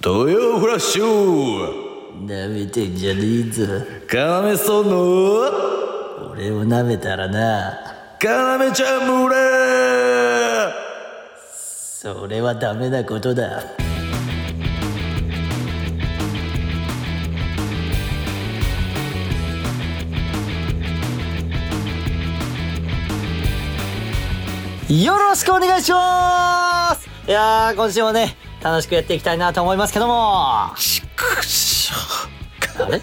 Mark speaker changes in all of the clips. Speaker 1: 東洋フラッシュ
Speaker 2: 舐めてんじゃねえぞ
Speaker 1: カナメソンの
Speaker 2: 俺を舐めたらな
Speaker 1: カナメちゃん村
Speaker 2: それはダメなことだよろしくお願いしますいやー今週もね楽しくやっていきたいなと思いますけども
Speaker 1: ちくしょ
Speaker 2: あれ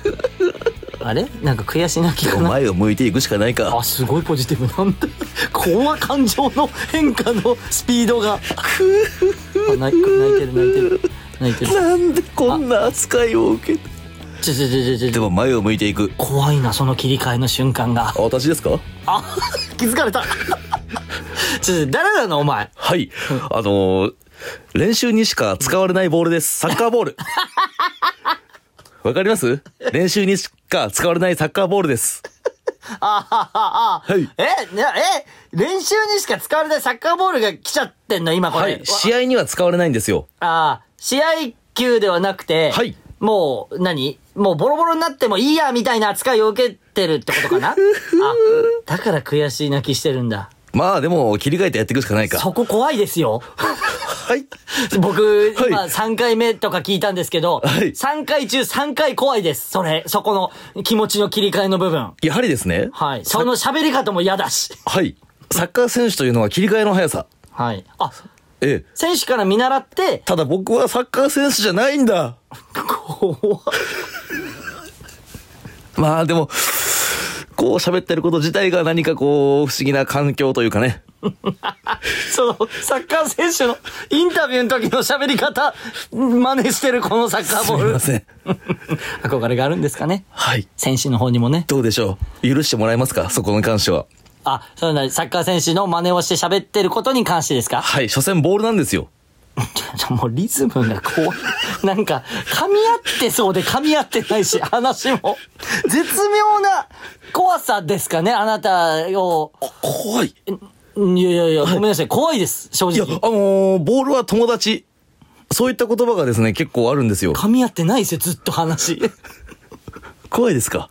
Speaker 2: あれなんか悔し泣きか
Speaker 1: う
Speaker 2: な
Speaker 1: 前を向いていくしかないか
Speaker 2: あすごいポジティブなんだ怖感情の変化のスピードがあ泣い泣いてる泣いてる泣いてる
Speaker 1: なんでこんな扱いを受けた
Speaker 2: ちょちょちょちょ
Speaker 1: で
Speaker 2: ちょ
Speaker 1: も前を向いていく
Speaker 2: 怖いなその切り替えの瞬間が
Speaker 1: あ私ですか
Speaker 2: あ気づかれたちょちょ誰なのお前
Speaker 1: はいあのー練習にしか使われないボールですサッカー ボールわかります練習にしか使われないサッカーボールです
Speaker 2: あははは
Speaker 1: はい
Speaker 2: えなえ練習にしか使われないサッカーボールが来ちゃってんの今これ、
Speaker 1: はい試合には使われないんですよ
Speaker 2: ああ、試合球ではなくて、
Speaker 1: はい
Speaker 2: もう、何もうボロボロになってもいいや、みたいな扱いを受けてるってこと かなあ、だから悔しい泣きしてるんだ。
Speaker 1: まあでも切り替えてやっていくしかないか
Speaker 2: そこ怖いで すよ。
Speaker 1: はい
Speaker 2: 僕、
Speaker 1: はい
Speaker 2: 今3回目とか聞いたんですけど、
Speaker 1: はい
Speaker 2: 3回中3回怖いです。それ、そこの気持ちの切り替えの部分。
Speaker 1: やはりですね
Speaker 2: はい。その喋り方も嫌だし。
Speaker 1: はい。サッカー選手というのは切り替えの速さ。
Speaker 2: はい。あ、
Speaker 1: ええ。
Speaker 2: 選手から見 習って、
Speaker 1: ただ僕はサッカー選手じゃないんだ。
Speaker 2: 怖
Speaker 1: まあでも、こう喋ってること自体が何かこう、不思議な環境というかね。
Speaker 2: そのサッカー選手のインタビューの時の喋り方、真似してるこのサッカー
Speaker 1: す
Speaker 2: ボ
Speaker 1: み
Speaker 2: ール
Speaker 1: ま。せん。
Speaker 2: 憧れがあるんですかね。
Speaker 1: はい。
Speaker 2: 選手の方にもね。
Speaker 1: どうでしょう許してもらえますかそこに関しては。
Speaker 2: あ、そうなサッカー選手の真似をして喋ってることに関してですか
Speaker 1: はい。所詮ボールなんですよ。
Speaker 2: もうリズムが怖い。 なんか、噛み合ってそうで噛み合ってないし、話も。絶妙な怖さですかね、あなたを。
Speaker 1: 怖い。
Speaker 2: いやいやいや、ごめんなさい。怖いです、正
Speaker 1: いや、あ
Speaker 2: 直。
Speaker 1: のーボールは友達。そういった言葉がですね、結構あるんですよ。
Speaker 2: 噛み合ってないですよ、ずっと話。
Speaker 1: 怖いですか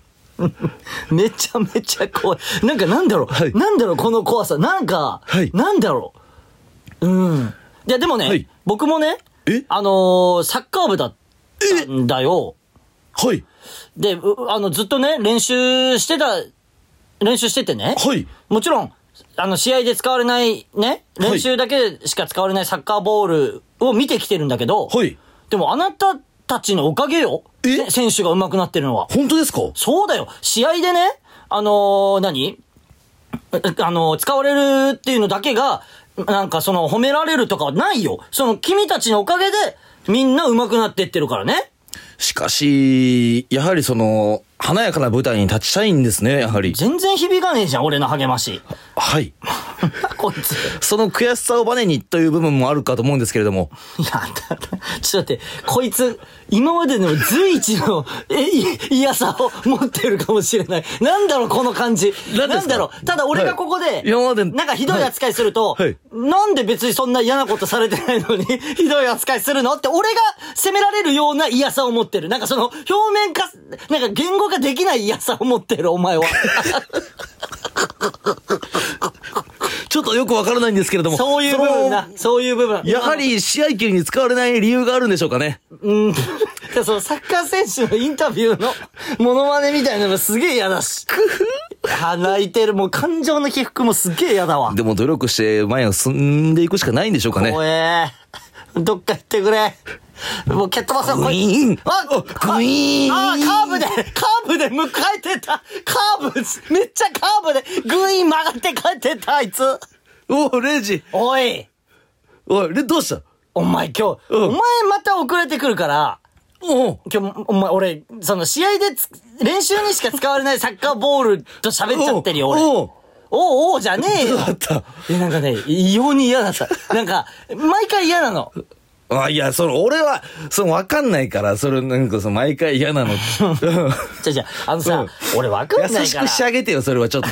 Speaker 2: めちゃめちゃ怖い。なんかなんだろう、
Speaker 1: はい
Speaker 2: なんだろうこの怖さ。なんか、
Speaker 1: はい
Speaker 2: なんだろう。うん。いや、でもね、
Speaker 1: はい
Speaker 2: 僕もね
Speaker 1: え、
Speaker 2: あのーサッカー部だったんだよ。
Speaker 1: はい。
Speaker 2: で、うあの、ずっとね、練習してた、練習しててね。
Speaker 1: はい。
Speaker 2: もちろん、あの、試合で使われないね、
Speaker 1: はい
Speaker 2: 練習だけしか使われないサッカーボールを見てきてるんだけど、
Speaker 1: はい。
Speaker 2: でもあなたたちのおかげよ。
Speaker 1: え
Speaker 2: せ選手が上手くなってるのは。
Speaker 1: 本当ですか
Speaker 2: そうだよ。試合でね、あのー何えあのー使われるっていうのだけが、なんかその褒められるとかはないよ。その君たちのおかげで、みんな上手くなってってるからね。
Speaker 1: しかし、やはりその、華やかな舞台に立ちたいんですね、やはり。
Speaker 2: 全然響かねえじゃん、俺の励まし。
Speaker 1: はい。
Speaker 2: こいつ。
Speaker 1: その悔しさをバネにという部分もあるかと思うんですけれども、
Speaker 2: いや、だだちょっと待って、こいつ、今までの随一の、え、い、嫌さを持ってるかもしれない。なんだろう、この感じ。
Speaker 1: な
Speaker 2: なん
Speaker 1: ですか
Speaker 2: んだろう。ただ俺がここで、
Speaker 1: い今まで
Speaker 2: なんかひどい扱いすると、
Speaker 1: はいはい
Speaker 2: なんで別にそんな嫌なことされてないのに、 ひどい扱いするのって、俺が責められるような嫌さを持ってる。なんかその、表面化、なんか言語化できない嫌さを持ってる、お 前は。
Speaker 1: ちょっとよくわからないんですけれども、
Speaker 2: そういう部分な。そういう部分。
Speaker 1: やはり試合球に使われない理由があるんでしょうかね。
Speaker 2: うん。 でそのサッカー選手のインタビューのモノマネみたいなのもすげえ嫌だし。あ泣いてる。もう感情の起伏もすっげえ嫌だわ。
Speaker 1: でも努力して前を進んでいくしかないんでしょうかね。
Speaker 2: おえーどっか行ってくれ。もう蹴っ飛ばせ。
Speaker 1: グイーン
Speaker 2: あ
Speaker 1: あグイーン
Speaker 2: ああ、カーブで、カーブで迎えてた。カーブ、めっちゃカーブで、グイーン曲がって帰ってった、あいつ。
Speaker 1: おお、レイジ。
Speaker 2: おい、
Speaker 1: おい、レどうした
Speaker 2: お前今日、
Speaker 1: うん
Speaker 2: お前また遅れてくるから、
Speaker 1: おう
Speaker 2: 今日、お前、俺、その試合でつ、練習にしか使われないサッカーボールと喋っちゃってるよ、俺。おう
Speaker 1: おう
Speaker 2: おうじゃねえよ。
Speaker 1: あった。
Speaker 2: え、なんかね、異様に嫌だった。なんか、毎回嫌なの。
Speaker 1: あ、いや、その、俺は、その、わかんないから、それ、なんか、その、毎回嫌 なの。うん
Speaker 2: じゃじゃ、あのさ、俺わかんないから。
Speaker 1: 優しくしてあげてよ、それはちょっ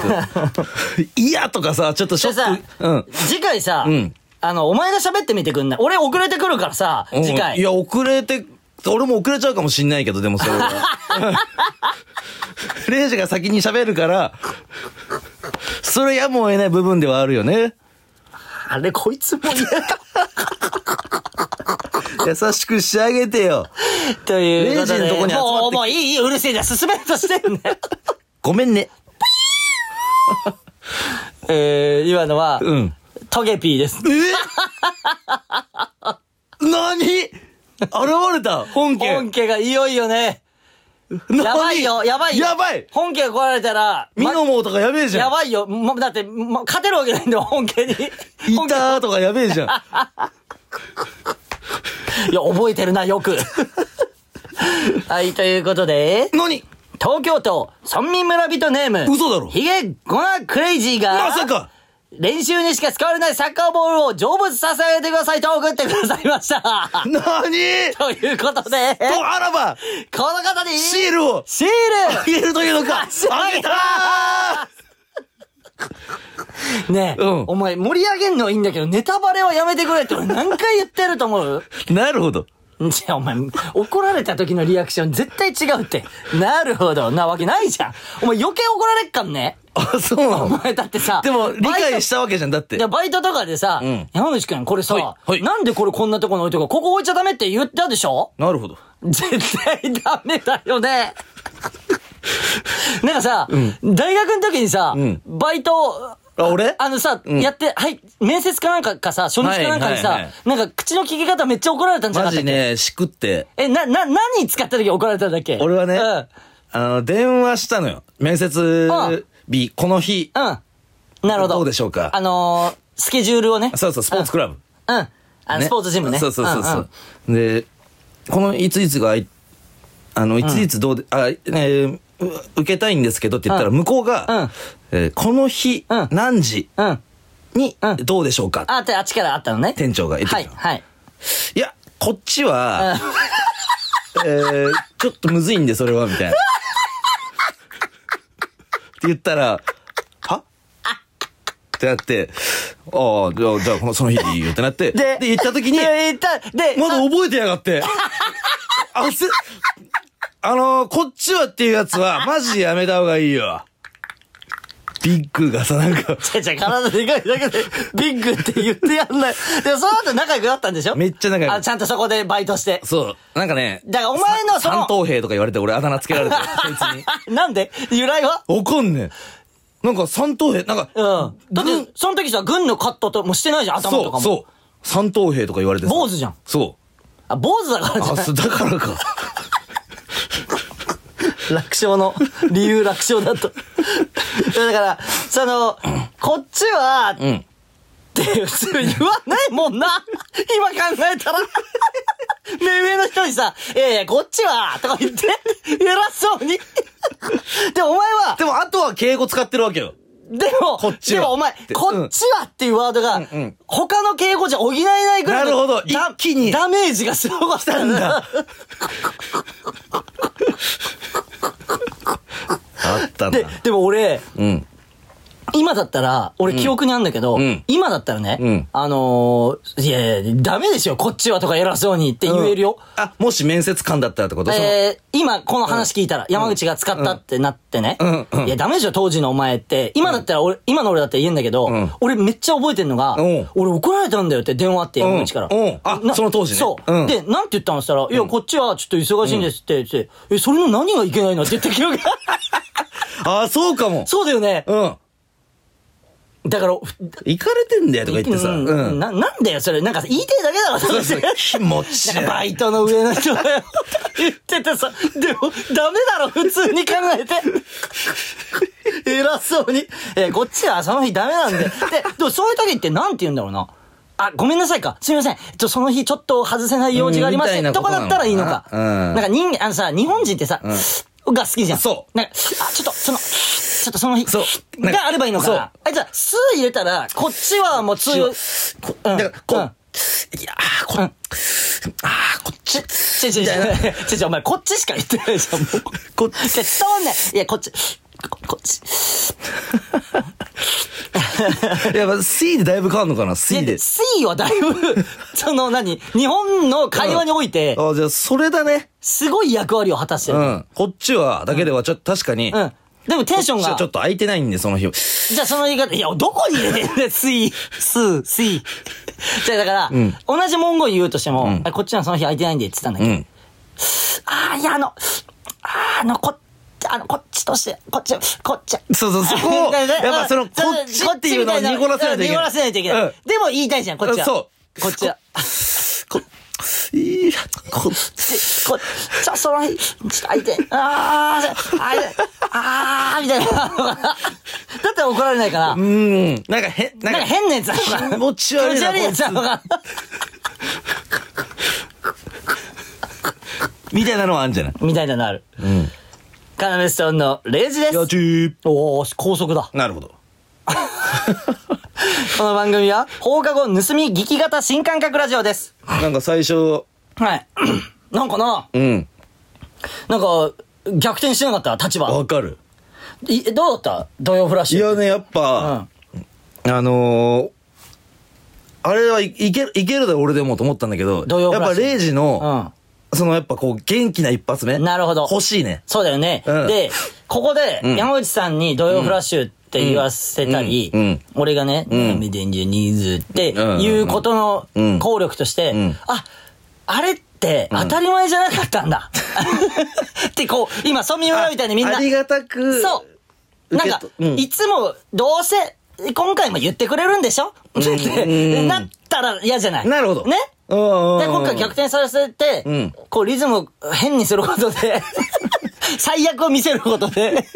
Speaker 1: と。 いやとかさ、ちょっとシ
Speaker 2: じ
Speaker 1: ョ
Speaker 2: ゃさ
Speaker 1: ック。うん。、
Speaker 2: 次回さ
Speaker 1: うん、
Speaker 2: あの、お前が喋ってみてくんない俺遅れてくるからさ、
Speaker 1: うん
Speaker 2: 次
Speaker 1: い
Speaker 2: 回。
Speaker 1: や、遅れて俺も遅れちゃうかもしんないけど、でもそれ は。レイジが先に喋るから、それやむを得ない部分ではあるよね。
Speaker 2: あれ、こいつも嫌。
Speaker 1: 優しく仕上げてよ。
Speaker 2: ということで。
Speaker 1: レイジのとこに集まって
Speaker 2: もう、もういい、いい、うるせえじゃん、進めようとしてんね。
Speaker 1: ごめんね。
Speaker 2: えー、今のは、
Speaker 1: うん。
Speaker 2: トゲピーです。
Speaker 1: え何現れた本家。
Speaker 2: 本家がいよいよね、
Speaker 1: 何
Speaker 2: やばいよ、やばいよ。
Speaker 1: やばい
Speaker 2: 本家が壊れたら、
Speaker 1: ミノモとかやべえじゃん
Speaker 2: や。ばいよ。もうだって、もう勝てるわけないんだよ、本家に。
Speaker 1: い
Speaker 2: 本家
Speaker 1: たーとかやべえじゃん。
Speaker 2: いや、覚えてるな、よく。はい、ということで、
Speaker 1: 何
Speaker 2: 東京都、村民村人ネーム。
Speaker 1: 嘘だろ
Speaker 2: ヒゲ、ゴナクレイジーが、
Speaker 1: まさか
Speaker 2: 練習にしか使われないサッカーボールを成仏させてくださいと送ってくださいました。
Speaker 1: 何と
Speaker 2: ということで、
Speaker 1: あらば、
Speaker 2: この方に、
Speaker 1: シールを
Speaker 2: シール
Speaker 1: あげるというのかあ
Speaker 2: そう
Speaker 1: げた
Speaker 2: ねえ、
Speaker 1: うん
Speaker 2: お前盛り上げんのはいいんだけど、ネタバレはやめてくれって俺何回言ってると思う
Speaker 1: ーなるほど。
Speaker 2: いや、お前、怒られた時のリアクション絶対違うって。 なるほど。なわけないじゃん。お前余計怒られっかんね。
Speaker 1: あ、そうな
Speaker 2: お
Speaker 1: の
Speaker 2: 前だってさ。
Speaker 1: でも、理解
Speaker 2: し
Speaker 1: したわけじゃん、だって
Speaker 2: いや、。バイトとかでさ、
Speaker 1: うん
Speaker 2: 山口くん、これさ、
Speaker 1: はいはい
Speaker 2: なんでこれこんなとこに置いとくここ置いちゃダメって言ったでしょ
Speaker 1: なるほど。
Speaker 2: 絶対ダメだよね。 なんかさ、大学の時にさ、
Speaker 1: ん
Speaker 2: バイト、
Speaker 1: あ、俺
Speaker 2: あのさ、
Speaker 1: ん
Speaker 2: やって、はい、面接かなんかかさ、初日かなんかにさ、
Speaker 1: はいはい
Speaker 2: なんか口の利き方めっちゃ怒られたんじゃ
Speaker 1: マ
Speaker 2: なかったっ
Speaker 1: ジ
Speaker 2: け、
Speaker 1: ね、しくって。
Speaker 2: え、な、な、何使った時怒られたんだっけ
Speaker 1: 俺はね、
Speaker 2: うん。
Speaker 1: あの、電話したのよ。面接日、この日。
Speaker 2: うん。なるほど。
Speaker 1: どうでしょうか
Speaker 2: あのー、スケジュールをね。
Speaker 1: そうそう、スポーツクラブ。
Speaker 2: うん。うん。あの、
Speaker 1: ね
Speaker 2: スポーツジムね。
Speaker 1: そうそうそうそ
Speaker 2: ん
Speaker 1: う、で、このいついつが、いあの、いついつどうで、あ、えーう受けたいんですけどって言ったら、
Speaker 2: うん
Speaker 1: 向こうが、
Speaker 2: うん
Speaker 1: えーこの日、
Speaker 2: うん
Speaker 1: 何時
Speaker 2: うん。うん。
Speaker 1: に
Speaker 2: うん、
Speaker 1: どうでしょうか、
Speaker 2: あって、あっちからあったのね。
Speaker 1: 店長が言って
Speaker 2: は
Speaker 1: き
Speaker 2: い、
Speaker 1: たの、
Speaker 2: はい。
Speaker 1: いや、こっちは、えーちょっとむずいんで、それは、み たいな。って言ったら、はってなって、ああ、じゃあ、じゃあこの、その日でいいよってなって、で、言った時に、
Speaker 2: で、行った、で、
Speaker 1: まだ覚えてやがって。あ、せ、あのー、こっちはっていうやつは、マジやめた方がいいよ。ビッグがさ、なんか、
Speaker 2: じゃじゃ体でかいだけで、ビッグって言ってやんない。でも、その後仲良くなったんでしょ
Speaker 1: めっちゃ仲良く
Speaker 2: あ、ちゃんとそこでバイトして。
Speaker 1: そう、なんかね、
Speaker 2: だからお前のその
Speaker 1: 三等兵とか言われて俺あだ名つけられて、そいつに。
Speaker 2: なんで由来は
Speaker 1: わかんねえ。なんか三等兵、なんか、
Speaker 2: うん。だっ
Speaker 1: 軍
Speaker 2: て、その時さ、軍のカットともしてないじゃん、頭とか
Speaker 1: そ
Speaker 2: も。
Speaker 1: う、そう。三等兵とか言われてさ
Speaker 2: 坊主じゃん。
Speaker 1: そう。
Speaker 2: あ、坊主だからじゃ
Speaker 1: あ、
Speaker 2: ない
Speaker 1: そうだからか。
Speaker 2: 楽勝の、理由楽 勝だと。だから、その、こっちは、
Speaker 1: うん。
Speaker 2: って普通言わないもんな。 今考えたら。目上の人にさ、いやいや、こっちは、とか言って、偉そうに。で、お前 は、
Speaker 1: でも、あとは敬語使ってるわけよ。
Speaker 2: でも、
Speaker 1: こっちは
Speaker 2: でもお前
Speaker 1: っ、て
Speaker 2: こっちはっていうワードが、
Speaker 1: ん
Speaker 2: 他の敬語じゃ補えないぐらい
Speaker 1: な
Speaker 2: の
Speaker 1: るほど
Speaker 2: ダ
Speaker 1: 一気に
Speaker 2: ダメージがすごかったんだ。
Speaker 1: あったな
Speaker 2: で。、でも俺、
Speaker 1: うん。
Speaker 2: 今だったら、俺記憶にあんだけど、
Speaker 1: うん
Speaker 2: 今だったらね、
Speaker 1: うん
Speaker 2: あのーいやいや、ダメですよ、こっちはとか偉そうにって言えるよ。
Speaker 1: あ、もし面接官だったらってことその
Speaker 2: えー今この話聞いたら、山口が使ったってなってね。
Speaker 1: うんうん
Speaker 2: いや、ダメでしょ、当時のお前って。今だったら俺、今の俺だって言えんだけど、
Speaker 1: ん
Speaker 2: 俺めっちゃ覚えてんのが、
Speaker 1: うん
Speaker 2: 俺怒られたんだよって電話あって、山口から。
Speaker 1: うんうんあ
Speaker 2: な
Speaker 1: その当時ね
Speaker 2: そう、
Speaker 1: うん
Speaker 2: で、なんて言ったのしたら、いや、こっちはちょっと忙しいんですって、って、え、それの何がいけないのって言った記憶が。
Speaker 1: ああ、 そうかも。
Speaker 2: そうだよね。
Speaker 1: うん。
Speaker 2: だから、
Speaker 1: 行かれてんだよとか言ってさ。
Speaker 2: うん
Speaker 1: うん。
Speaker 2: な、なんだよ、それ。なんか言いてえだけだろ、そ
Speaker 1: そう
Speaker 2: れ
Speaker 1: そう気持ち
Speaker 2: なんかバ
Speaker 1: いい。
Speaker 2: イトの上の人だよ。言っててさ、でも、ダメだろ、普通に考えて。偉そうに。えーこっちはその日ダメなんで。で、でもそういう時ってなんて言うんだろうな。あ、ごめんなさいか。すみません。ちょ、その日ちょっと外せない用事がありまして、
Speaker 1: うんみたいな
Speaker 2: と
Speaker 1: こ
Speaker 2: こと
Speaker 1: なの
Speaker 2: だったらいいのか。
Speaker 1: うん
Speaker 2: なんか人間、あのさ、日本人ってさ、が好きじゃん。。
Speaker 1: そう
Speaker 2: なんか、あ、ちょっと、その、ちょっとその日、
Speaker 1: そうなんか
Speaker 2: があればいいのか
Speaker 1: そう
Speaker 2: な。あ、じゃあ、す入れたら、こっちはもう通用、こうん
Speaker 1: だから、こう、
Speaker 2: うん
Speaker 1: いやー、こ、あー、こっち、
Speaker 2: ちょちょちょちょちょ、お前こっちしか言ってないじゃん、もう。
Speaker 1: こっ
Speaker 2: いや伝わんない。いや、こっち。ここっち。
Speaker 1: いや、まあ C でだいぶ変わるのかな ?C で。
Speaker 2: C はだいぶ、 その何、日本の会話において、
Speaker 1: あ、じゃあ、それだね。
Speaker 2: すごい役割を果たして
Speaker 1: う
Speaker 2: る。うん。
Speaker 1: ん。こっちは、だけでは、ちょっと確かに、
Speaker 2: でもテンション
Speaker 1: こっち
Speaker 2: が
Speaker 1: はちょ、っと空いてないんで、その日。
Speaker 2: じゃあその言い方、いや、どこに入れてんだ よ、スイ、ス、スイ。じゃあだから、同じ文言言うとしても、あこっちはその日空いてないんでって言ってたんだけ
Speaker 1: う
Speaker 2: ど、
Speaker 1: ん。
Speaker 2: ああ、いや、あの、あーあの、こっち、あの、こっちとして、こっち、こっち。
Speaker 1: そうそう、そ こを、やっぱその、こっちっていうのを濁らせないといけない。
Speaker 2: 濁らせないといけない。でも言いたいじゃん、こっちは。
Speaker 1: そう
Speaker 2: こっちは。
Speaker 1: うん。いいや、こ
Speaker 2: でこっちはその日、ちょっと相手、あー、あれ、あー、みたいな。だったら怒られないから
Speaker 1: う、ん。なんか変、な
Speaker 2: なん
Speaker 1: んか変。
Speaker 2: か変なやつだから。
Speaker 1: 気持ち悪いな
Speaker 2: 気持ち悪いやつだから。
Speaker 1: みたいなのはあるんじゃない
Speaker 2: みたいなのある。うん。カナメストーンのレイジです
Speaker 1: や。ちー
Speaker 2: おー、高速だ。
Speaker 1: なるほど。
Speaker 2: この番組は、放課後盗み聞き型新感覚ラジオです。
Speaker 1: なんか最初、
Speaker 2: はい。 なんかな、
Speaker 1: うん。
Speaker 2: なんか、逆転してなかった立場。
Speaker 1: わかる。
Speaker 2: いどうだった土曜フラッ
Speaker 1: い
Speaker 2: シュ。
Speaker 1: やね、やっぱ、あのー、あれはいいける、いけるだろ俺でもと思ったんだけど、
Speaker 2: 土曜
Speaker 1: や
Speaker 2: フ
Speaker 1: っ
Speaker 2: ラッ
Speaker 1: ぱ
Speaker 2: シュ
Speaker 1: 0時
Speaker 2: うん。う
Speaker 1: の、
Speaker 2: ん。
Speaker 1: そのやっぱこう元気な一発目。
Speaker 2: なるほど
Speaker 1: 欲しいね。
Speaker 2: そうだよね。
Speaker 1: うん
Speaker 2: で、ここで、
Speaker 1: ん
Speaker 2: 山内さんに土曜フラッシュって言わせたり、
Speaker 1: うんうん
Speaker 2: 俺がね、
Speaker 1: ん
Speaker 2: メデンジュニーズっていうこと
Speaker 1: うんう
Speaker 2: の
Speaker 1: ん
Speaker 2: 効力として、
Speaker 1: ん
Speaker 2: あ、あれって当たり前じゃなかったんだ。 ってこう、今、ソミ村みたいにみんな
Speaker 1: あ、りがたく。
Speaker 2: そう。なんか
Speaker 1: 受けと、うん
Speaker 2: いつも、どうせ、今回も言ってくれるんでしょって、なったら嫌じゃない。
Speaker 1: なるほど。
Speaker 2: ね
Speaker 1: うんうんうん。
Speaker 2: で、今回逆転させて、
Speaker 1: うん
Speaker 2: こう、リズムを変にすること で、最悪を見せることで、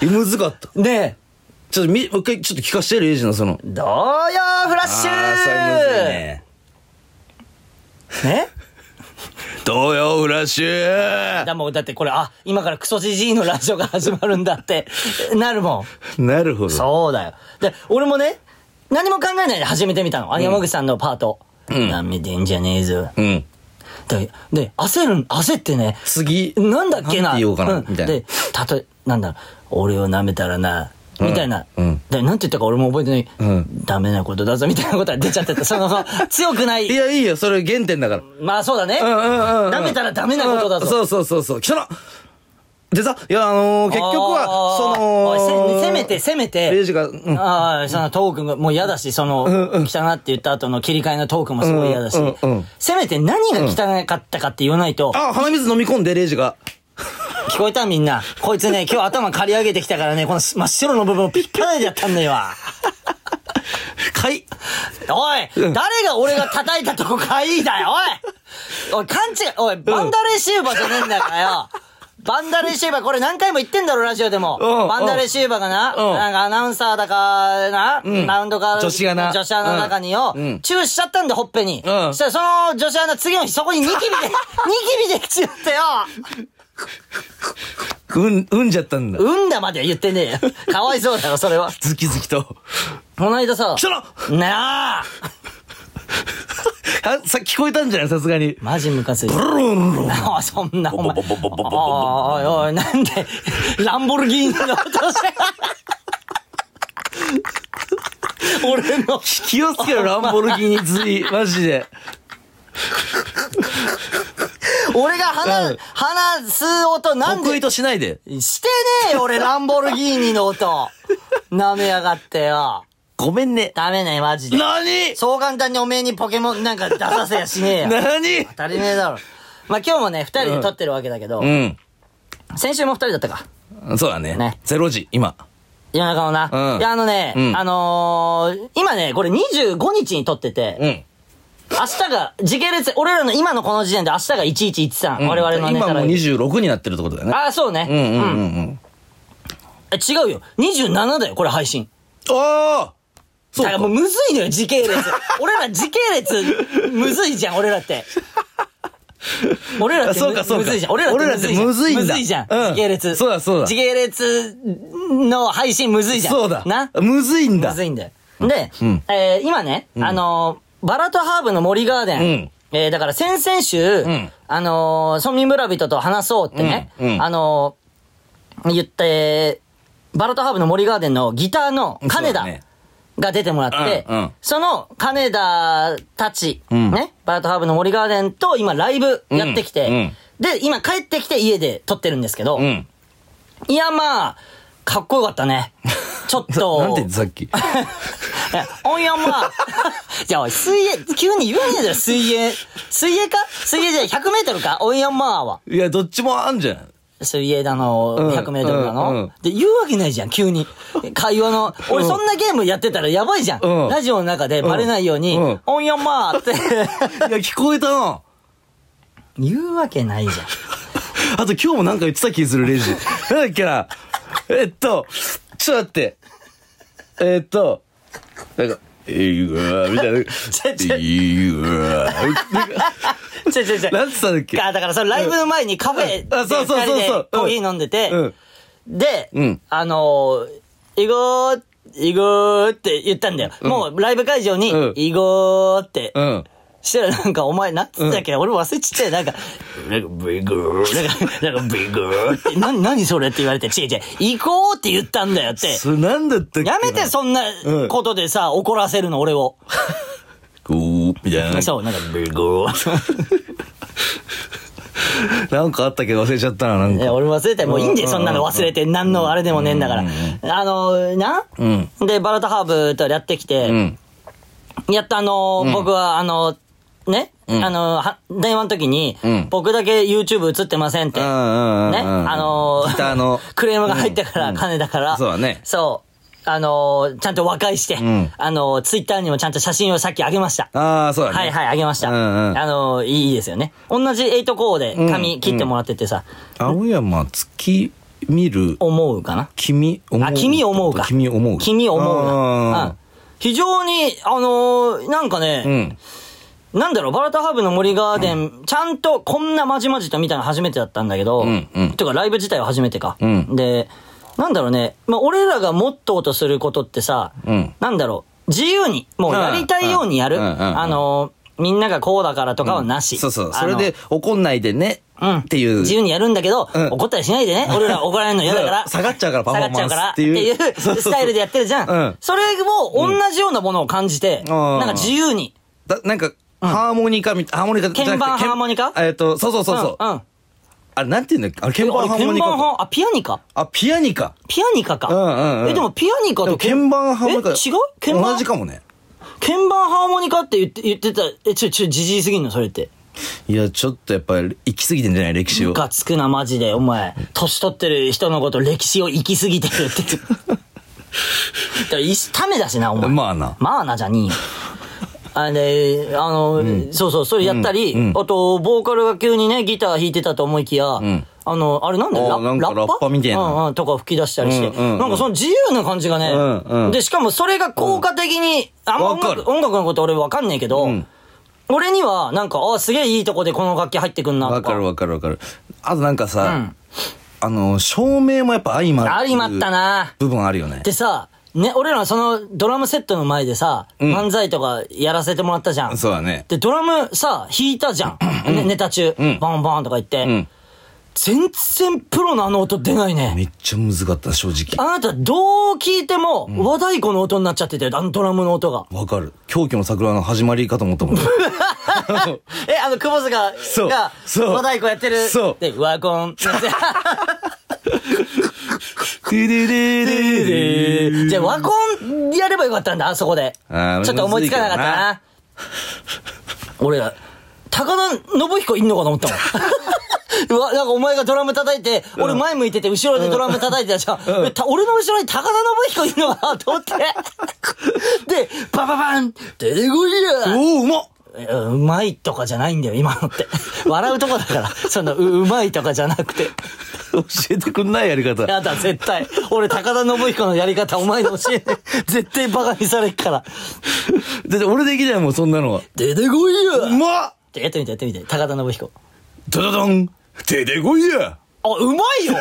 Speaker 1: むずかった。
Speaker 2: ね
Speaker 1: ちょっとみ、もう一回ちょっと聞かせて、レイジのその。
Speaker 2: 同様フラッシュ
Speaker 1: あー、それむずいね。
Speaker 2: ね
Speaker 1: 東洋フラッシュ
Speaker 2: だもうだってこれ、あ、今からクソジジイのラジオが始まるんだって、なるもん。
Speaker 1: なるほど。
Speaker 2: そうだよ。で、俺もね、何も考えないで始めてみたの。あ山口さんのパート。
Speaker 1: ん
Speaker 2: なめてんじゃねえぞ。
Speaker 1: うん。
Speaker 2: で、で焦るん、焦ってね、
Speaker 1: 次。
Speaker 2: なんだっけ
Speaker 1: な
Speaker 2: な。
Speaker 1: んて言おうかなみたいな
Speaker 2: で、たとえ、なんだろう、俺を舐めたらな、
Speaker 1: うん
Speaker 2: みたいな。
Speaker 1: うん
Speaker 2: で、なんて言ったか俺も覚えてない。
Speaker 1: うん
Speaker 2: ダメなことだぞ、みたいなことは出ちゃって た。その、その強くないい。
Speaker 1: や、いいよ、それ原点だから。
Speaker 2: まあそうだね。
Speaker 1: うんうんうん。
Speaker 2: 舐めたらダメなことだぞ。
Speaker 1: そうそうそうそう。汚っでさ、いや、あのー、結局は、
Speaker 2: あー
Speaker 1: その
Speaker 2: おいせ、せめて、せめて。
Speaker 1: レイジが、うん。
Speaker 2: ああ、そのトークももう嫌だし、その、汚って言った後の切り替えのトークもすごい嫌だし
Speaker 1: うんうんうん、
Speaker 2: せめて何が汚かったかって言わないと、
Speaker 1: あ、鼻水飲み込んで、レイジが。
Speaker 2: 聞こえたみんな。こいつね、今日頭刈り上げてきたからね、この真っ白の部分をピッパラでやったんだよ。
Speaker 1: かい。
Speaker 2: おい、誰が俺が叩いたとこかいいだよ、おいおい、勘違い、おい、バンダレシーバーじゃねえんだからよ。バンダレシーバー、これ何回も言ってんだろ、ラジオでも。
Speaker 1: うん
Speaker 2: バンダレシーバーがな、
Speaker 1: うん
Speaker 2: なんかアナウンサーだかな、
Speaker 1: ん
Speaker 2: ラウンドか、
Speaker 1: 女子アナ
Speaker 2: 女子アナの中によ、
Speaker 1: うん
Speaker 2: チューしちゃったんだ、ほっぺに。
Speaker 1: うん
Speaker 2: そしたらその女子アナ、次の日そこにニキビ で、ニキビでチューってよ、
Speaker 1: うん、うんじゃったんだ。
Speaker 2: うんだまでは言ってねえよ。かわいそうだろ、それは。
Speaker 1: ズキズキと。
Speaker 2: この間さ、
Speaker 1: 汚っ
Speaker 2: なあ
Speaker 1: あ、さ、聞こえたんじゃないさすがに。
Speaker 2: マジムカついた。
Speaker 1: ブルルンルン
Speaker 2: ああ、そんな、お前。
Speaker 1: ボボボボボボボボ
Speaker 2: おいおいおい、なんで、ランボルギーニの音して。俺の、
Speaker 1: 気をつ けろ、ランボルギーニ釣り。マジで。
Speaker 2: 俺が話
Speaker 1: うん
Speaker 2: 話す音なん
Speaker 1: 得意
Speaker 2: で、
Speaker 1: としないで。
Speaker 2: してねえよ、俺、ランボルギーニの音。舐めやがってよ。
Speaker 1: ごめんね。
Speaker 2: ダメね、マジで。
Speaker 1: なに
Speaker 2: そう簡単におめえにポケモンなんか出させやしねえよ。
Speaker 1: なに
Speaker 2: 当たり前だろ。まあ、今日もね、二人で撮ってるわけだけど、
Speaker 1: う
Speaker 2: 先週も二人だったか。
Speaker 1: ん。そうだね。
Speaker 2: ね
Speaker 1: ゼロ時、今。
Speaker 2: 夜中のな。
Speaker 1: うん
Speaker 2: いや、あのね、
Speaker 1: うん
Speaker 2: あのー今ね、これ25日に撮ってて、
Speaker 1: うん。
Speaker 2: 明日が、時系列、俺らの今のこの時点で明日が1113、
Speaker 1: うん
Speaker 2: 我々のネタ
Speaker 1: 今も
Speaker 2: ラ
Speaker 1: う
Speaker 2: イブ。
Speaker 1: 26になってるってことだよね。
Speaker 2: ああ、そうね、
Speaker 1: うんうんうん
Speaker 2: う
Speaker 1: う
Speaker 2: ん
Speaker 1: ん。
Speaker 2: え違うよ。27だよ、これ配信。
Speaker 1: ああ
Speaker 2: だ
Speaker 1: そう
Speaker 2: からもう
Speaker 1: か。
Speaker 2: むずいのよ、時 系列。俺ら時系列、むずいじゃん、俺らって。俺らってむ
Speaker 1: そうかそうか
Speaker 2: むずいじゃん。俺らってむずいじゃん。
Speaker 1: 俺らってむずいんだ
Speaker 2: むずいじゃん。
Speaker 1: うん
Speaker 2: 時系列。
Speaker 1: そうだそうだ
Speaker 2: 時系列の配信むずいじゃん。
Speaker 1: そうだ。
Speaker 2: な。
Speaker 1: むずいん
Speaker 2: む
Speaker 1: だ
Speaker 2: ず。いんだよ。で、
Speaker 1: うん
Speaker 2: えー今ね、あのーバラとハーブの森ガーデン。
Speaker 1: うん
Speaker 2: えーだから先々週、
Speaker 1: ん
Speaker 2: あのー村民村人と話そうってね、
Speaker 1: うんうん
Speaker 2: あのー言って、バロタハーブの森ガーデンのギターの金
Speaker 1: そうだ
Speaker 2: 田
Speaker 1: ね
Speaker 2: が出てもらって、
Speaker 1: うんうん
Speaker 2: その金田たち、
Speaker 1: うん
Speaker 2: ね、バロタハーブの森ガーデンと今ライブやってきて、
Speaker 1: うん
Speaker 2: で、今帰ってきて家で撮ってるんですけど、
Speaker 1: うん。
Speaker 2: いや、まあ、かっこよかっ たね。ちょっと。
Speaker 1: なんてさっき。
Speaker 2: え おんやんま。 じゃあ、おい水泳、急に言わねえだろ、水泳。水泳か水泳じゃ100メートルかおんやんまは。
Speaker 1: いや、どっちもあんじゃん。
Speaker 2: 水泳だの、
Speaker 1: うん
Speaker 2: 100メートルだの、
Speaker 1: うんうん
Speaker 2: で、言うわけないじゃん、急に。会話の、俺そんなゲームやってたらやばいじゃん。
Speaker 1: うん
Speaker 2: ラジオの中でバレないように、
Speaker 1: うん
Speaker 2: おんやんまって
Speaker 1: いや、聞こえたな。
Speaker 2: 言うわけないじゃん。
Speaker 1: あと今日もなんか言ってた気する、レイ ジ。なんだっけな。えっと、ちょっと待って。えっと、なんか、えいうわーみたいな。
Speaker 2: ょちょ
Speaker 1: えいうわーなんか
Speaker 2: 違う違う違う。
Speaker 1: なんつったんだっ け
Speaker 2: あだからそのライブの前にカフェで
Speaker 1: うんあそうそうそうそう
Speaker 2: 二人でコーヒー飲んでて、
Speaker 1: うん
Speaker 2: で、
Speaker 1: うん
Speaker 2: あのー、いごー、いごーって言ったんだよ。もうライブ会場に
Speaker 1: うん、
Speaker 2: いごーって。
Speaker 1: うん。
Speaker 2: したらなんかお前、なんつったっけ、俺忘れちゃって、なんか、なんか、ビグー、なんか、なんかビグーっ て、な、何それって言われて、違う違う、行こうって言ったんだよって。
Speaker 1: それなんだったっけな
Speaker 2: やめて、そんな
Speaker 1: うん
Speaker 2: ことでさ、怒らせるの、俺を。
Speaker 1: ぐーみたいな。
Speaker 2: そう、なんか、ビグー。
Speaker 1: なんかあったけど忘れちゃったな、なん
Speaker 2: いや
Speaker 1: か。
Speaker 2: 俺忘れて、もういいんで、
Speaker 1: うん
Speaker 2: そんなの忘れて、何のあれでもねえんだから。あの、な、
Speaker 1: うん
Speaker 2: で、バラタハーブとやってきて、
Speaker 1: うん。
Speaker 2: やっとあの、僕はあの、ね、
Speaker 1: うん
Speaker 2: あの、は電話の時に、
Speaker 1: うん
Speaker 2: 僕だけ YouTube 映ってませんって、
Speaker 1: うんう
Speaker 2: ね、
Speaker 1: んうん。
Speaker 2: あの、
Speaker 1: ギターの
Speaker 2: 。クレームが入ったから、金だから、
Speaker 1: そうだね
Speaker 2: そう。あの、ちゃんと和解して、
Speaker 1: ん
Speaker 2: あの、ツイッターにもちゃんと写真をさっきあげました。
Speaker 1: ああ、そうだね。
Speaker 2: はいはい、あげました。
Speaker 1: うんうん
Speaker 2: あの、いいですよね。同じ8コーで
Speaker 1: う
Speaker 2: 髪
Speaker 1: ん
Speaker 2: 切ってもらっててさ、
Speaker 1: 青山月見る
Speaker 2: 思うかな。
Speaker 1: 君思う。
Speaker 2: あ、君思うか。
Speaker 1: 君思う。
Speaker 2: 君思うな。うん
Speaker 1: あ
Speaker 2: 非常に、あのーなんか
Speaker 1: ーう
Speaker 2: ね、
Speaker 1: ん。
Speaker 2: なんだろう、バラタハーブの森ガーデン、ちゃんとこんなまじまじと見たの初めてだったんだけど、
Speaker 1: うんうん
Speaker 2: てかライブ自体は初めてか。
Speaker 1: うん
Speaker 2: で、なんだろうね、まあ、俺らがモットーとすることってさ、
Speaker 1: うん
Speaker 2: なんだろう、自由に、もうやりたいようにやる。
Speaker 1: うんうんうんうん
Speaker 2: あのーみんながこうだからとかはなし。
Speaker 1: そうそう。
Speaker 2: あ
Speaker 1: そ
Speaker 2: の
Speaker 1: れで怒んないでね。
Speaker 2: うん
Speaker 1: っていう。
Speaker 2: 自由にやるんだけど、
Speaker 1: うん
Speaker 2: 怒ったりしないでね。俺ら怒られるの嫌だから。
Speaker 1: そう 下がっちゃうからパフォーマンス
Speaker 2: 下がっちゃうから
Speaker 1: っていう
Speaker 2: ってい
Speaker 1: そ
Speaker 2: う
Speaker 1: うそうそう
Speaker 2: スタイルでやってるじゃん。
Speaker 1: うん
Speaker 2: それを同じようなものを感じて、
Speaker 1: うん
Speaker 2: なんか自由に。
Speaker 1: だなんか、ハーモニカみたい、ハーモニカじゃなくて
Speaker 2: 鍵盤
Speaker 1: 鍵
Speaker 2: ハーモニカ
Speaker 1: えっと、そうそうそうそう。
Speaker 2: うん。うん
Speaker 1: あれ、なんていうんだっけあれ、鍵盤ハーモニカ
Speaker 2: 鍵盤
Speaker 1: か。
Speaker 2: ハあ、ピアニカ
Speaker 1: あ、ピアニカ。
Speaker 2: ピアニカか。
Speaker 1: うんうんうん
Speaker 2: え、でもピアニカ
Speaker 1: で
Speaker 2: と
Speaker 1: も鍵盤ハーモニカ。
Speaker 2: え、違う鍵盤
Speaker 1: 同じかもね。
Speaker 2: 鍵盤ハーモニカって言って、言ってた。え、ちょ、ちょ、じじいすぎんのそれって。
Speaker 1: いや、ちょっとやっぱり、行き過ぎてんじゃない歴史を
Speaker 2: ム。カつくな、マジで。お前、年取ってる人のこと歴史を生きすぎてる って。だから、いしためだしな、お前。
Speaker 1: まあな
Speaker 2: まあな、じゃ にーよ。あで、あの、そうそう、それやったり、
Speaker 1: うんうん
Speaker 2: あと、ボーカルが急にね、ギター弾いてたと思いきや、
Speaker 1: ん
Speaker 2: あの、あれなんだよ、
Speaker 1: あーなんかラッパみたいな
Speaker 2: うんうん、とか吹き出したりして、
Speaker 1: うんうんうん
Speaker 2: なんかその自由な感じがね、
Speaker 1: うんうん
Speaker 2: で、しかもそれが効果的に、あんま音
Speaker 1: わかる
Speaker 2: 楽音楽のこと俺わかんないけど、
Speaker 1: うん
Speaker 2: 俺には、なんか、あーすげえいいとこでこの楽器入ってくんなとか。
Speaker 1: わかるわかるわかる。あとなんか
Speaker 2: う
Speaker 1: さ
Speaker 2: ん、
Speaker 1: あの、照明もやっぱ相まる。
Speaker 2: 相まったな
Speaker 1: 部分あるよね。
Speaker 2: でさ、ね、俺らそのドラムセットの前でさ、
Speaker 1: ん
Speaker 2: 漫才とかやらせてもらったじゃん。
Speaker 1: そうだね。
Speaker 2: で、ドラムさ、弾いたじゃん。ねネタ中、
Speaker 1: ん
Speaker 2: バンバンとか言って、
Speaker 1: うん。
Speaker 2: 全然プロのあの音出ないね。
Speaker 1: めっちゃ難かった、正直。
Speaker 2: あなたどう聞いても和太鼓の音になっちゃってたよ、あのドラムの音が。
Speaker 1: わかる。狂気の桜の始まりかと思ったもん。
Speaker 2: え、あの、窪塚
Speaker 1: そう
Speaker 2: が
Speaker 1: そう
Speaker 2: 和太鼓やってる。
Speaker 1: そう
Speaker 2: で、ワコン。
Speaker 1: ででででで
Speaker 2: じゃあ、和コンやればよかったんだ、あそこで。
Speaker 1: あー
Speaker 2: ちょっと思いつかなかったな。俺ら、高田信彦いんのかと思った もん。うわ、なんかお前がドラム叩いて、俺前向いてて、後ろでドラム叩いてたじゃん。えた俺の後ろに高田信彦いんのかなと思 って。で、バババン出てこいや
Speaker 1: おおうまっ
Speaker 2: いやうまいとかじゃないんだよ、今のって。笑うとこだから。その、ううまいとかじゃなくて。
Speaker 1: 教えてくんないやり方。
Speaker 2: やだ、絶対。俺、高田信彦のやり方、お前に教えない。 絶対バカにされっから。
Speaker 1: だって俺できないもん、そんなのは。
Speaker 2: 出てこいうよ
Speaker 1: まっ
Speaker 2: やってみて、やってみて。高田信彦。
Speaker 1: ドドドン出てこいや
Speaker 2: あ、うまいよ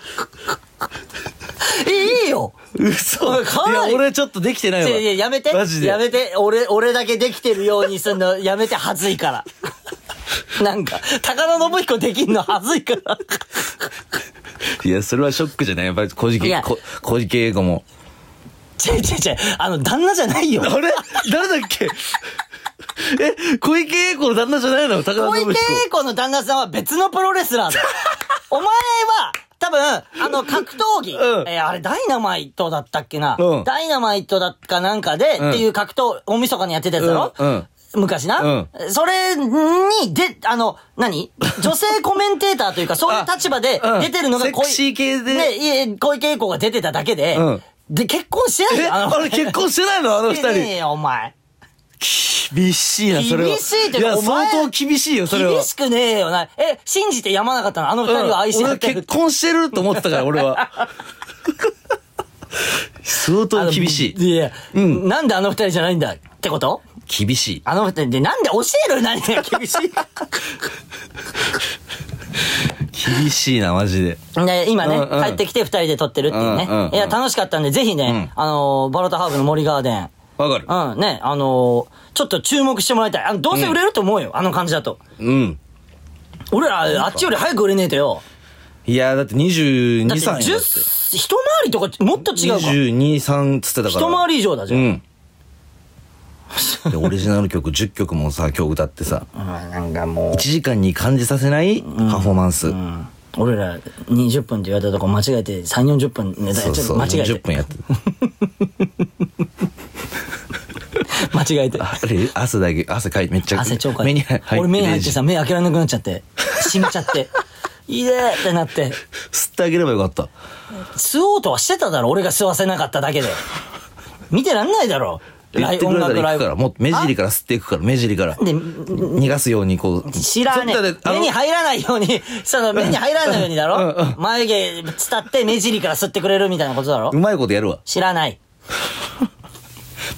Speaker 2: え、いいよ
Speaker 1: 嘘
Speaker 2: おいかなり
Speaker 1: いや、俺ちょっとできてないわ。
Speaker 2: いやいや、やめて。
Speaker 1: マジで。
Speaker 2: やめて。俺、俺だけできてるようにすんの、やめて、はずいから。なんか、高田信彦できんのはずいから。
Speaker 1: いや、それはショックじゃないやっぱり小
Speaker 2: い
Speaker 1: 池、
Speaker 2: や
Speaker 1: こ小池栄子も。
Speaker 2: ち違ち違ちあの、旦那じゃないよ。
Speaker 1: あれ誰だ っけえ、小池栄子の旦那じゃないの高田
Speaker 2: 小
Speaker 1: 信
Speaker 2: 池
Speaker 1: 彦。
Speaker 2: 栄子の旦那さんは別のプロレスラ ーだ。お前は、多分、あの、格闘技、
Speaker 1: うん
Speaker 2: えーあれ、ダイナマイトだったっけな、
Speaker 1: うん
Speaker 2: ダイナマイトだっかなんかで、
Speaker 1: うん
Speaker 2: っていう格闘、大晦日にやってたやつだろ、
Speaker 1: うんうん
Speaker 2: 昔な、それに、で、あの、何女性コメンテーターというか、そういう立場で
Speaker 1: うん
Speaker 2: 出てるのが
Speaker 1: セ
Speaker 2: 小
Speaker 1: クシー系で
Speaker 2: ね、いえ小池栄子が出てただけで、
Speaker 1: うん
Speaker 2: で、結婚してない
Speaker 1: え、
Speaker 2: よ
Speaker 1: あれ 結婚してないのあの二
Speaker 2: してねえ
Speaker 1: 人。
Speaker 2: よ、お前。
Speaker 1: 厳しいな、それは。
Speaker 2: 厳しいって
Speaker 1: い
Speaker 2: か
Speaker 1: や、
Speaker 2: お前
Speaker 1: 相当厳しいよ、それは。
Speaker 2: 厳しくねえよな。え、信じてやまなかったのあの二人は愛し
Speaker 1: うん
Speaker 2: 合
Speaker 1: 俺
Speaker 2: ってる
Speaker 1: 結婚してると思ってたから、俺 は。相
Speaker 2: あ
Speaker 1: 当
Speaker 2: の
Speaker 1: 厳しい。
Speaker 2: いや、
Speaker 1: うん
Speaker 2: なんであの二人じゃないんだってこと
Speaker 1: 厳しい。
Speaker 2: あの二人で、なんで教える何が厳し
Speaker 1: 厳しいな、マジで。
Speaker 2: いね今ね、
Speaker 1: うんうん
Speaker 2: 帰ってきて二人で撮ってるっていうね。
Speaker 1: うんうんうん
Speaker 2: いや、楽しかったんで、ぜひね、あのー、バロタハーブの森ガーデン。
Speaker 1: わかる
Speaker 2: うん、ね、あのー、ちょっと注目してもらいたい。あの、どうせ売れると思うよ、あの感じだと。
Speaker 1: うん。
Speaker 2: 俺ら、あっちより早く売れねえとよ。
Speaker 1: いや、だって22、
Speaker 2: だって
Speaker 1: 3
Speaker 2: 10一回りとか、もっと違うか。
Speaker 1: 22、3つってた
Speaker 2: 一
Speaker 1: から。
Speaker 2: 回り以上だじゃん。
Speaker 1: うん。で、オリジナル曲10曲もさ、今日歌ってさ、
Speaker 2: うん、なんかもう
Speaker 1: 1。時間に感じさせないパフォーマンス。
Speaker 2: 俺ら20分って言われたとこ間違えて3、40分ネタや
Speaker 1: そ
Speaker 2: っ
Speaker 1: う
Speaker 2: ちゃっ
Speaker 1: そ
Speaker 2: て
Speaker 1: う、
Speaker 2: 間違え
Speaker 1: 10
Speaker 2: て。
Speaker 1: 分やってる。
Speaker 2: 間違えて。
Speaker 1: あれ、汗だけ、汗かい、めっちゃ。
Speaker 2: 汗超か
Speaker 1: 目
Speaker 2: い
Speaker 1: に
Speaker 2: て
Speaker 1: 入って。
Speaker 2: 俺目に入ってさ、目開けられなくなっちゃって。染みちゃって。いいねーってなって。
Speaker 1: 吸ってあげればよかった。
Speaker 2: 吸おうとはしてただろ、俺が吸わせなかっただけで。見てらんないだろ。
Speaker 1: 言ってくれたら行くから、もう目尻
Speaker 2: か
Speaker 1: から吸っていくから、目尻から。
Speaker 2: で
Speaker 1: 逃がすようにこう。
Speaker 2: 知らね
Speaker 1: そんな
Speaker 2: え
Speaker 1: で。あの
Speaker 2: 目に入らないように、その目に入らないようにだろ眉毛伝って目尻から吸ってくれるみたいなことだろ
Speaker 1: うまいことやるわ。
Speaker 2: 知らない。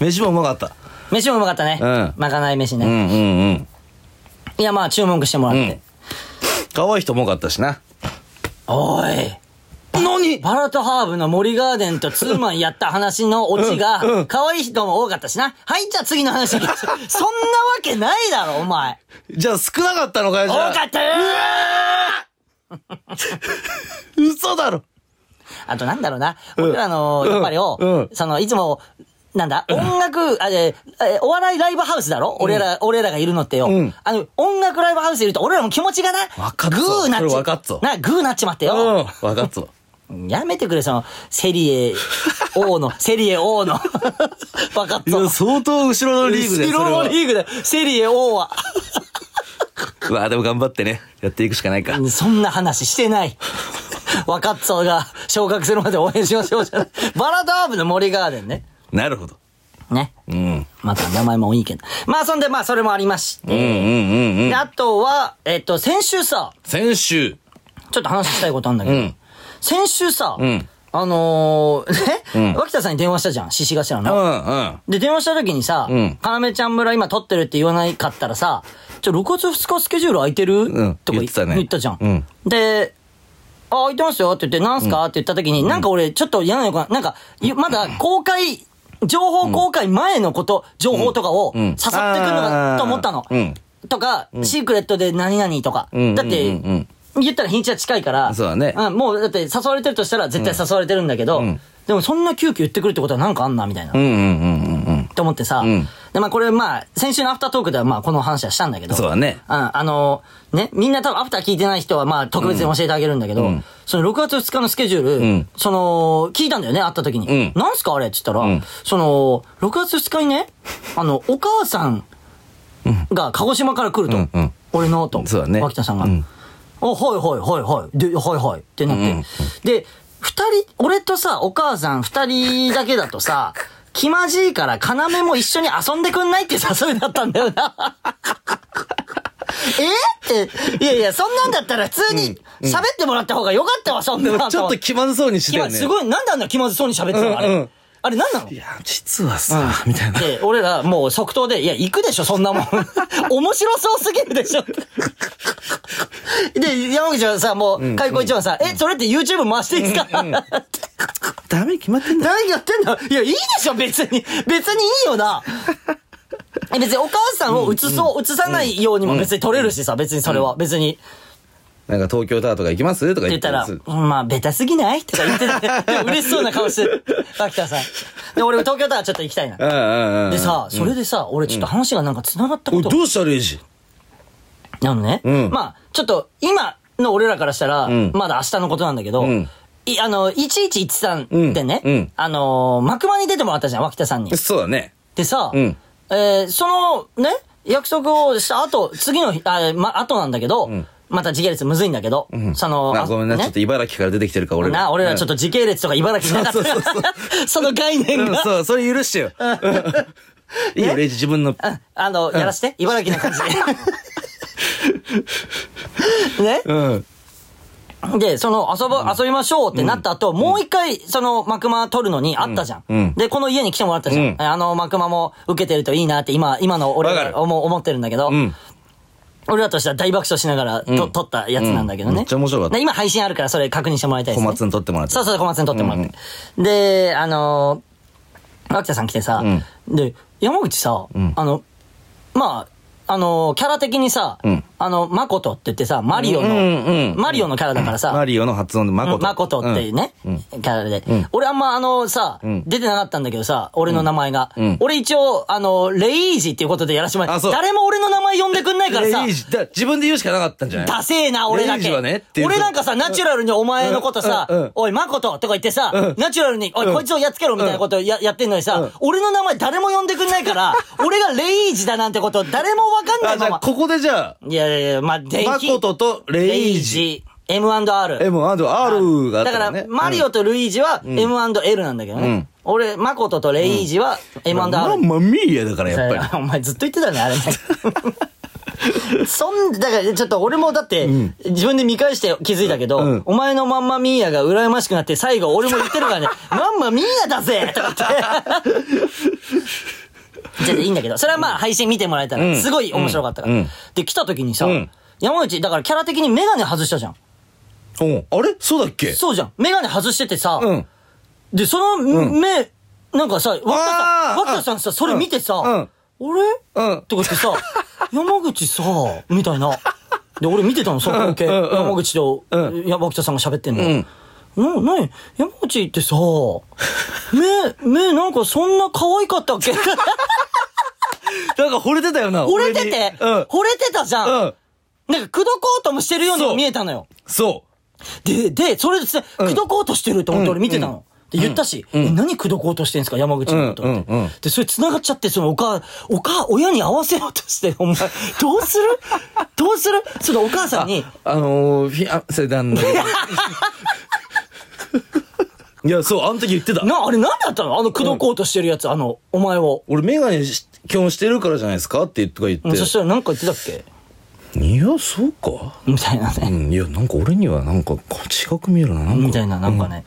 Speaker 1: 飯もうまかった。
Speaker 2: 飯もうまかったね。
Speaker 1: うん
Speaker 2: まかない飯
Speaker 1: う
Speaker 2: ね。
Speaker 1: んうんうん。
Speaker 2: いや、まあ注文してもらって。
Speaker 1: 可愛い人も多かったしな。
Speaker 2: おい。
Speaker 1: 何
Speaker 2: バラとハーブの森ガーデンとツーマンやった話のオチ
Speaker 1: うんう
Speaker 2: が、
Speaker 1: ん
Speaker 2: 可愛い人も多かったしな。はい、じゃあ次の話行き ましょうそんなわけないだろ、お前。
Speaker 1: じゃあ少なかったのかよ、
Speaker 2: 多
Speaker 1: じゃあ
Speaker 2: かったよ
Speaker 1: 嘘だろ。
Speaker 2: あとなんだろうな。
Speaker 1: ん
Speaker 2: 俺らの、やっぱり
Speaker 1: うんう
Speaker 2: を
Speaker 1: ん、
Speaker 2: その、いつも、なんだ、音楽、あええお笑いライブハウスだろ俺ら、俺らがいるのってよ
Speaker 1: うん。
Speaker 2: あの、音楽ライブハウスいると、俺らも気持ちがな、グ
Speaker 1: わかっぞ
Speaker 2: ーなっ
Speaker 1: それわかっ
Speaker 2: ち
Speaker 1: ぞ
Speaker 2: な、グーなっちまって
Speaker 1: う
Speaker 2: よ。
Speaker 1: ん。わかっ ぞ。
Speaker 2: やめてくれ、その、セリ エ王の、セリエ王の。バカ
Speaker 1: い
Speaker 2: ッ
Speaker 1: や
Speaker 2: ツ
Speaker 1: 相当後ろのリーグで。
Speaker 2: スピ
Speaker 1: それ
Speaker 2: ロ
Speaker 1: は
Speaker 2: ーリーグで、セリエ王は。
Speaker 1: うわあでも頑張ってね。やっていくしかないか。
Speaker 2: そんな話して ない。バカッツォが昇格するまで応援しましょうじゃない。バラダーブの森ガーデンね。
Speaker 1: なるほど。
Speaker 2: ね。
Speaker 1: うん。
Speaker 2: また名前もいいけど。まあ、そんで、まあ、それもありまし
Speaker 1: うんう
Speaker 2: て。
Speaker 1: んうんうん
Speaker 2: で。あとは、えっと、先週さ、
Speaker 1: 先週。
Speaker 2: ちょっと話したいことあるんだけ
Speaker 1: う
Speaker 2: ど、
Speaker 1: ん。
Speaker 2: 先週さ、
Speaker 1: うん
Speaker 2: あのー、 ね、
Speaker 1: うん
Speaker 2: 脇田さんに電話したじゃん、獅子頭
Speaker 1: う
Speaker 2: の。
Speaker 1: んうん。
Speaker 2: で、電話した時にさ、
Speaker 1: うん
Speaker 2: かなめちゃん村今撮ってるって言わないかったらさ、ちょ、6月2日スケジュール空いてる、
Speaker 1: ん
Speaker 2: とか
Speaker 1: 言ってたね
Speaker 2: 言ったじゃん。
Speaker 1: うん
Speaker 2: で、あ、空いてますよって言って、なんすか、って言った時に、なんか俺、ちょっと嫌な予感、なんか、ゆまだ公開、情報公開前のこと、情報とかを
Speaker 1: うん
Speaker 2: 誘ってくるの
Speaker 1: あ
Speaker 2: か
Speaker 1: ー
Speaker 2: と思ったの。
Speaker 1: うん
Speaker 2: とか、シークレットで何々とか。
Speaker 1: うんうんうん
Speaker 2: だって、
Speaker 1: うん
Speaker 2: 言ったら日にちは近いから。
Speaker 1: そうだね
Speaker 2: ん、もうだって誘われてるとしたら絶対誘われてるんだけど、
Speaker 1: うん
Speaker 2: でもそんな急遽言ってくるってことはなんかあんな、みたいな。
Speaker 1: うんうんうんうんうん。
Speaker 2: と思ってさ、
Speaker 1: ん
Speaker 2: で、まあこれまあ、先週のアフタートークではまあこの話はしたんだけど、
Speaker 1: そうだね
Speaker 2: ん、あのね、みんな多分アフター聞いてない人はまあ特別に教えてあげるんだけど、
Speaker 1: うん
Speaker 2: その6月2日のスケジュール、
Speaker 1: ん
Speaker 2: その、聞いたんだよね、会った時に。
Speaker 1: うん
Speaker 2: なんすかあれって言ったら、
Speaker 1: ん
Speaker 2: その、6月2日にね、あの、お母さんが鹿児島から来ると。
Speaker 1: うんうん
Speaker 2: 俺のと。
Speaker 1: そうだね
Speaker 2: 脇田さんが。
Speaker 1: うん
Speaker 2: あ、はいはいはいはい。で、はいはい。ってなって。
Speaker 1: うんうん
Speaker 2: で、二人、俺とさ、お母さん二人だけだとさ、気まじいから、要も一緒に遊んでくんないって誘いだったんだよな。えって、いやいや、そんなんだったら普通に喋ってもらった方がよかったわ、そん
Speaker 1: で
Speaker 2: な
Speaker 1: も
Speaker 2: の。
Speaker 1: ちょっと気まずそうにして
Speaker 2: 気
Speaker 1: たよ
Speaker 2: ま
Speaker 1: ね。
Speaker 2: ず、すごい、なんであんな気まずそうに喋ってたのあ
Speaker 1: うんう
Speaker 2: れ
Speaker 1: ん。
Speaker 2: あれなんなの
Speaker 1: いや、実はさ、みたいな。
Speaker 2: で、俺らもう即答で、いや、行くでしょ、そん なもん。面白そうすぎるでしょ。で、山口はさ、もう、開口一番さ、え、それって YouTube 回していいですか、
Speaker 1: ダメ決まってんだ。
Speaker 2: 何やってんだいや、いいでしょ、別に。別にいいよな。え別にお母さんを映そう、映さないようにも別に撮れるしさ、別にそれは。別に。
Speaker 1: なんか東京タワーとか行きますとか言
Speaker 2: って言
Speaker 1: っ
Speaker 2: ったら
Speaker 1: たん、
Speaker 2: まあ、ベタすぎないとか言ってて、でも嬉しそうな顔して、秋田さん。で、俺も東京タワーちょっと行きたいな。
Speaker 1: うんうんうん。
Speaker 2: でさ、それでさ、俺ちょっと話がなんか繋がった
Speaker 1: おい、
Speaker 2: こと
Speaker 1: どうしたレイジ
Speaker 2: なのね。
Speaker 1: うん
Speaker 2: まあ、ちょっと、今の俺らからしたら、
Speaker 1: ん
Speaker 2: まだ明日のことなんだけど、
Speaker 1: ん
Speaker 2: いあの、1113ってね、
Speaker 1: うんうん
Speaker 2: あのー、幕間に出てもらったじゃん、脇田さんに。
Speaker 1: そうだね。
Speaker 2: でさ、
Speaker 1: うん
Speaker 2: えーその、ね、約束をした後、次の日、あ、ま、後なんだけど、また時系列むずいんだけど、その、
Speaker 1: な
Speaker 2: あ
Speaker 1: ごめんな、
Speaker 2: ね
Speaker 1: ちょっと茨城から出てきてるから、俺ら。
Speaker 2: な、俺らちょっ
Speaker 1: と。
Speaker 2: と時系列とか茨城なかったから
Speaker 1: そうそうそ
Speaker 2: その概
Speaker 1: う
Speaker 2: 念
Speaker 1: ん、
Speaker 2: が、
Speaker 1: そう、それ許してよ。いいよ、レイジ、自分の。
Speaker 2: うんあの、やらして、茨城な感じで。 ね、
Speaker 1: うん。
Speaker 2: で、その、遊ぼ、遊びましょうってなった後、もう一回、その、マクマ取るのにあったじゃん。
Speaker 1: うんうん
Speaker 2: で、この家に来てもらったじゃん。
Speaker 1: うん
Speaker 2: あの、マクマも受けてるといいなって、今、今の俺
Speaker 1: わかる
Speaker 2: が思う思ってるんだけど、
Speaker 1: うん。
Speaker 2: 俺らとしては大爆笑しながら、と、撮ったやつなんだけどね。
Speaker 1: うんめっちゃ面白かった
Speaker 2: で今配信あるから、それ確認してもらいたいで
Speaker 1: 小
Speaker 2: す、ね。
Speaker 1: 松に取ってもらって。
Speaker 2: そうそう、小松に撮ってもらって。で、あのー、脇田さん来てさ、で、山口さ、あの、まあ、あのーキャラ的にさ、
Speaker 1: ん
Speaker 2: あの、マコトって言ってさ、マリオの、
Speaker 1: うんうんうん
Speaker 2: マリオのキャラだからさ、
Speaker 1: マリオの発音で、マコト。
Speaker 2: マコトっていうね、キャラで、俺あんまあのさ、
Speaker 1: ん
Speaker 2: 出てなかったんだけどさ、俺の名前が。
Speaker 1: うん
Speaker 2: 俺一応、あの、レイージっていうことでやらしてもら
Speaker 1: あ
Speaker 2: って、
Speaker 1: そう
Speaker 2: 誰も俺の名前呼んでくんないからさ
Speaker 1: レイ、ジ、だ自分で言うしかなかったんじゃない
Speaker 2: ダセえな、俺だ
Speaker 1: レイジ
Speaker 2: け。
Speaker 1: はねっていう
Speaker 2: 俺なんかさ、ナチュラルにお前のことさ、
Speaker 1: うんうんうん
Speaker 2: おい、マコトとか言ってさ、
Speaker 1: うん
Speaker 2: ナチュラルに、おい、
Speaker 1: うん
Speaker 2: こいつをやっつけろみたいなことや,、やってんのにさ、
Speaker 1: うん
Speaker 2: 俺の名前誰も呼んでくんない から、俺がレイージだなんてこと誰もわかんな
Speaker 1: あ、
Speaker 2: い
Speaker 1: じゃ
Speaker 2: ま
Speaker 1: あ、
Speaker 2: ま。
Speaker 1: ここでじゃあ、
Speaker 2: いやいやいや、まあ、電
Speaker 1: マ
Speaker 2: 気。
Speaker 1: コトとレイジ、
Speaker 2: ジ。M&R。
Speaker 1: M、あと R があっ
Speaker 2: だ
Speaker 1: た
Speaker 2: か
Speaker 1: ら
Speaker 2: ら
Speaker 1: ね。、
Speaker 2: マリオとルイージは M&L なんだけどね。
Speaker 1: うん
Speaker 2: 俺、マコトとレイージは M&R。
Speaker 1: マンマミーやだから、やっぱり。
Speaker 2: それ お前ずっと言ってたね、あれね。そん、だからちょっと俺もだって、自分で見返して気づいたけど、
Speaker 1: うん
Speaker 2: お前のまんまミーヤが羨ましくなって最後俺も言ってる からね、まんまミーヤだぜとかって。じゃあいいんだけど、それはまあ配信見てもらえた
Speaker 1: う
Speaker 2: ら、
Speaker 1: ん
Speaker 2: すごい面白かったから。
Speaker 1: うん
Speaker 2: で、来た時にさ、
Speaker 1: うん
Speaker 2: 山内、だからキャラ的にメガネ外したじゃん。
Speaker 1: うんあれそうだっけ
Speaker 2: そうじゃん。メガネ外しててさ、
Speaker 1: うん。
Speaker 2: で、その目、なんかさ、わったさ
Speaker 1: あ
Speaker 2: ん、
Speaker 1: ー
Speaker 2: わったさんさ、それ見てさ、俺
Speaker 1: うん
Speaker 2: とかっ てさ、山口さ、みたいな。で、俺見てたの、その光景。
Speaker 1: うんうんうん
Speaker 2: 山口と、
Speaker 1: うん
Speaker 2: 山口さんが喋ってんの。
Speaker 1: うん
Speaker 2: な、なに山口っ てさ、目、目なんかそんな可愛かったっけ
Speaker 1: なんか惚れてたよな。
Speaker 2: 惚れて
Speaker 1: 俺に
Speaker 2: て、
Speaker 1: うん。
Speaker 2: 惚れてたじゃん。
Speaker 1: うん。
Speaker 2: なんか、口説こうともしてるようにも
Speaker 1: そう
Speaker 2: 見えたのよ。
Speaker 1: そ
Speaker 2: で、で、それでさ、
Speaker 1: ん
Speaker 2: 口説こうとしてると思って俺見てたの。で、言ったし、え何口説こうとしてんすか、山口のことって。
Speaker 1: うんうんうん
Speaker 2: で、それ繋がっちゃって、そのお母、お母、親に会わせようとして、お前、どう するどうするそのお母さんに
Speaker 1: う、。あのー、フィアンセなん だけどいや、そう、あの時言ってた。
Speaker 2: な、あれ何だったのあの口説こうとしてるやつ、あの、お前を。
Speaker 1: 俺メガネし基本してるからじゃないですかって言って
Speaker 2: う
Speaker 1: 言っ
Speaker 2: ん
Speaker 1: て。
Speaker 2: そしたらなんか言ってたっけ
Speaker 1: いや、そうか。
Speaker 2: みたいな
Speaker 1: う
Speaker 2: ね。
Speaker 1: ん、いや、なんか俺にはなんか違く見えるな。なん
Speaker 2: み
Speaker 1: か
Speaker 2: たいな、なん かね。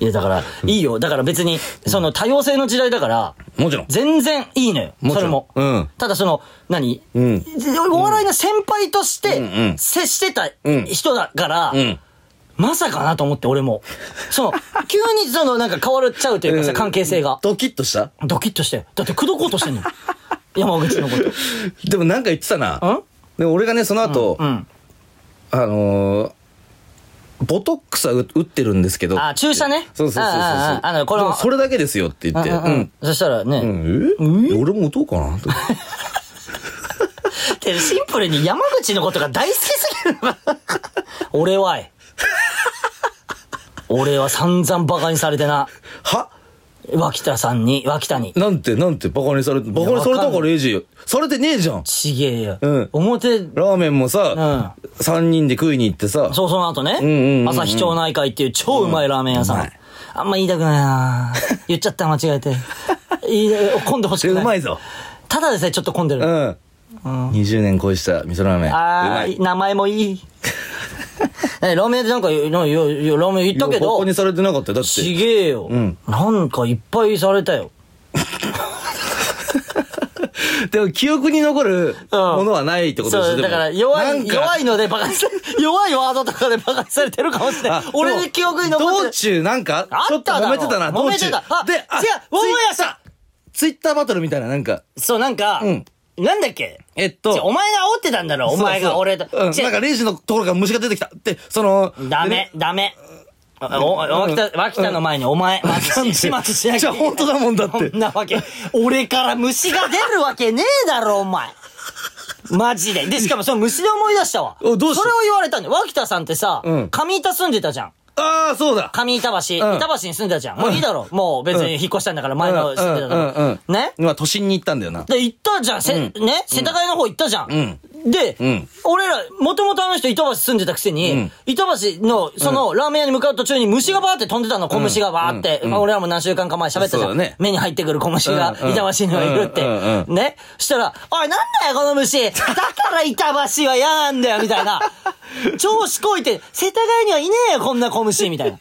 Speaker 2: いや、だから、いいよ。だから別に、その多様性の時代だから、
Speaker 1: もちろん。
Speaker 2: 全然いいのよ。
Speaker 1: もちろん
Speaker 2: それも。
Speaker 1: うん
Speaker 2: ただその、何、
Speaker 1: うん
Speaker 2: お笑いの先輩とし
Speaker 1: うんう
Speaker 2: て
Speaker 1: ん
Speaker 2: 接してた
Speaker 1: うん
Speaker 2: 人だから、
Speaker 1: うん。
Speaker 2: まさかなと思って俺も。その、急にそのなんか変わっちゃうというかさ、関係性が。
Speaker 1: ドキッとした
Speaker 2: ドキッとして。だって口説こうとしてんの。山口のこと。
Speaker 1: でもなんか言ってたな
Speaker 2: ん。
Speaker 1: で、俺がね、その後、
Speaker 2: うん。
Speaker 1: あのー、ボトックスは打打ってるんですけど。
Speaker 2: あ注射ね
Speaker 1: そうそうそうそう。
Speaker 2: うんうんうんあのこれ
Speaker 1: でもそれだけですよって言って。
Speaker 2: うんうんうんそしたらね、
Speaker 1: うん。え俺も打とうかな と。
Speaker 2: ってシンプルに山口のことが大好きすぎる。俺はい。俺は散々バカにされてな。
Speaker 1: は
Speaker 2: 脇田さんに、脇田に。
Speaker 1: なんて、なんて、バカにされて、バカにされた
Speaker 2: わか
Speaker 1: か
Speaker 2: ん
Speaker 1: レイジ。されてねえじゃん。
Speaker 2: ちげえよ。
Speaker 1: うん
Speaker 2: 表、そう、
Speaker 1: ラーメンもさ、三3人で食いに行ってさ、
Speaker 2: その後ね、
Speaker 1: うんうんうんうん
Speaker 2: 朝日町内会っていう超うまいラーメン屋さん。
Speaker 1: うんうまい
Speaker 2: あんま言いたくないな言っちゃった、間 違えて。いい混んでほし
Speaker 1: で
Speaker 2: く
Speaker 1: う
Speaker 2: ない。
Speaker 1: まいぞ。
Speaker 2: ただでさえちょっと混んで
Speaker 1: う
Speaker 2: る。
Speaker 1: ん。20年恋した味噌ラーメン。う
Speaker 2: あ
Speaker 1: ま
Speaker 2: ー
Speaker 1: い。
Speaker 2: 名前もいい。えラーメン屋でなんか、よよよラーメン屋行ったけ
Speaker 1: バ
Speaker 2: ど
Speaker 1: カ、にされてなかったよだっ
Speaker 2: ち
Speaker 1: て。
Speaker 2: げえよ、
Speaker 1: ん
Speaker 2: なんかいっぱいされたよ。
Speaker 1: でも記憶に残るものはないってことでしょ
Speaker 2: そ
Speaker 1: で
Speaker 2: う、
Speaker 1: も
Speaker 2: だから弱
Speaker 1: なん
Speaker 2: い、
Speaker 1: か
Speaker 2: 弱いのでバカにされ、弱いワードとかでバカにされてるかもしれない
Speaker 1: あ。
Speaker 2: 俺
Speaker 1: で
Speaker 2: の
Speaker 1: も
Speaker 2: 記憶に残って
Speaker 1: 道中なんか
Speaker 2: あ、
Speaker 1: ちょ
Speaker 2: っ
Speaker 1: っと
Speaker 2: ただろ
Speaker 1: 揉めてたな、道
Speaker 2: 揉
Speaker 1: 中。
Speaker 2: めてたあ
Speaker 1: で、あ
Speaker 2: 違う
Speaker 1: ツイ
Speaker 2: 思い出した
Speaker 1: ツイッターバトルみたいな、なんか。
Speaker 2: そう、なんか、
Speaker 1: うん
Speaker 2: なんだっけ
Speaker 1: えっ
Speaker 2: 違うお
Speaker 1: と、
Speaker 2: 前が煽ってたんだろ、お
Speaker 1: そ
Speaker 2: 前
Speaker 1: う
Speaker 2: が
Speaker 1: そう
Speaker 2: 俺と。
Speaker 1: うん、
Speaker 2: 違う
Speaker 1: なんかレイジのところから虫が出てきた。で、その、
Speaker 2: ダ
Speaker 1: で
Speaker 2: メ
Speaker 1: ね、
Speaker 2: ダメ。あお、脇田、脇田の前にお前、
Speaker 1: なんで
Speaker 2: 始末しなきゃいけない。
Speaker 1: じゃあ本当だもんだって
Speaker 2: そんなわけ。俺から虫が出るわけねえだろ、お前。マジで。で、しかもその虫で思い出したわ。
Speaker 1: おどうした
Speaker 2: それを言われたんだよ。脇田さんってさ、
Speaker 1: うん
Speaker 2: 上板住んでたじゃん。
Speaker 1: ああ、そうだ。
Speaker 2: 上板橋、
Speaker 1: うん
Speaker 2: 板橋に住んでたじゃん。もういいだろ。もう別に引っ越したんだから前の住んでた
Speaker 1: うんうんうん
Speaker 2: だ
Speaker 1: うん
Speaker 2: ろ。ね
Speaker 1: まあ、都心に行ったんだよな。
Speaker 2: で、行ったじゃん。せ、ね世田谷の方行ったじゃん。で、
Speaker 1: うん
Speaker 2: 俺ら、もともとあの人板橋住んでたくせに、
Speaker 1: ん
Speaker 2: 板橋の、その、ラーメン屋に向かう途中に虫がバーって飛んでたの、小虫がバーって。まあ俺らも何週間か前喋ったじ
Speaker 1: そう
Speaker 2: ゃ
Speaker 1: だ
Speaker 2: ん。
Speaker 1: ね
Speaker 2: 目に入ってくる小虫
Speaker 1: う
Speaker 2: が
Speaker 1: んうん
Speaker 2: 板橋にはいるって。
Speaker 1: うんうんう
Speaker 2: ねしたら、おい、なんだよ、この虫。だから板橋は嫌なんだよ、みた いな。超しこいて、世田谷にはいねえよ、こんな小虫、みた いな。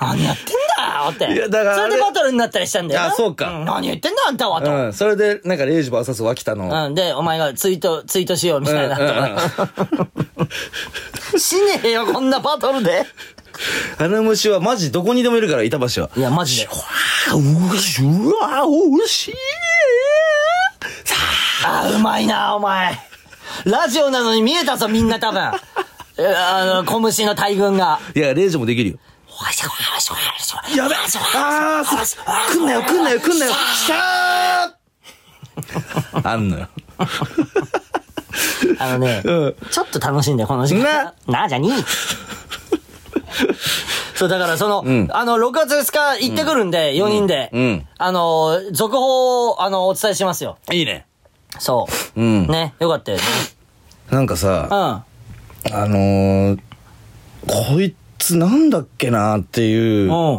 Speaker 2: 何やってんだよ、って。
Speaker 1: いやだから
Speaker 2: そ
Speaker 1: あれ
Speaker 2: れでバトルになったりしたんだよな。
Speaker 1: あそうか
Speaker 2: ん何言ってんだ、あんたは、と。
Speaker 1: うん。それで、なんかレイジ VS 脇田の。
Speaker 2: うん、で、お前がツイート、ツイートしようみたいなとか。死ねえよ、こんなバトルで。
Speaker 1: あの虫はマジどこにでもいるから、板橋は。
Speaker 2: いや、マジで。
Speaker 1: あ、うし、うわ、おいしい。
Speaker 2: あー、うまいな、お前。ラジオなのに見えたぞ、みんな 多分。えあの、小虫の大群が。
Speaker 1: いや、レイジもできるよ。やべああ、す来んなよ、来んなよ、来んなよ。きたーあんのよ。
Speaker 2: あのね、
Speaker 1: うん
Speaker 2: ちょっと楽しんで、この時間。な、じ ゃに。そう、だからその、あの、6月2日行ってくるんで、4人で、
Speaker 1: うんうん
Speaker 2: あの、続報を、あの、お伝えしますよ。
Speaker 1: いいね。
Speaker 2: そう。
Speaker 1: うん
Speaker 2: ね、よかったよね。
Speaker 1: なんかさ、
Speaker 2: うん。
Speaker 1: あのー、こいつなんだっけなっていう。
Speaker 2: うん。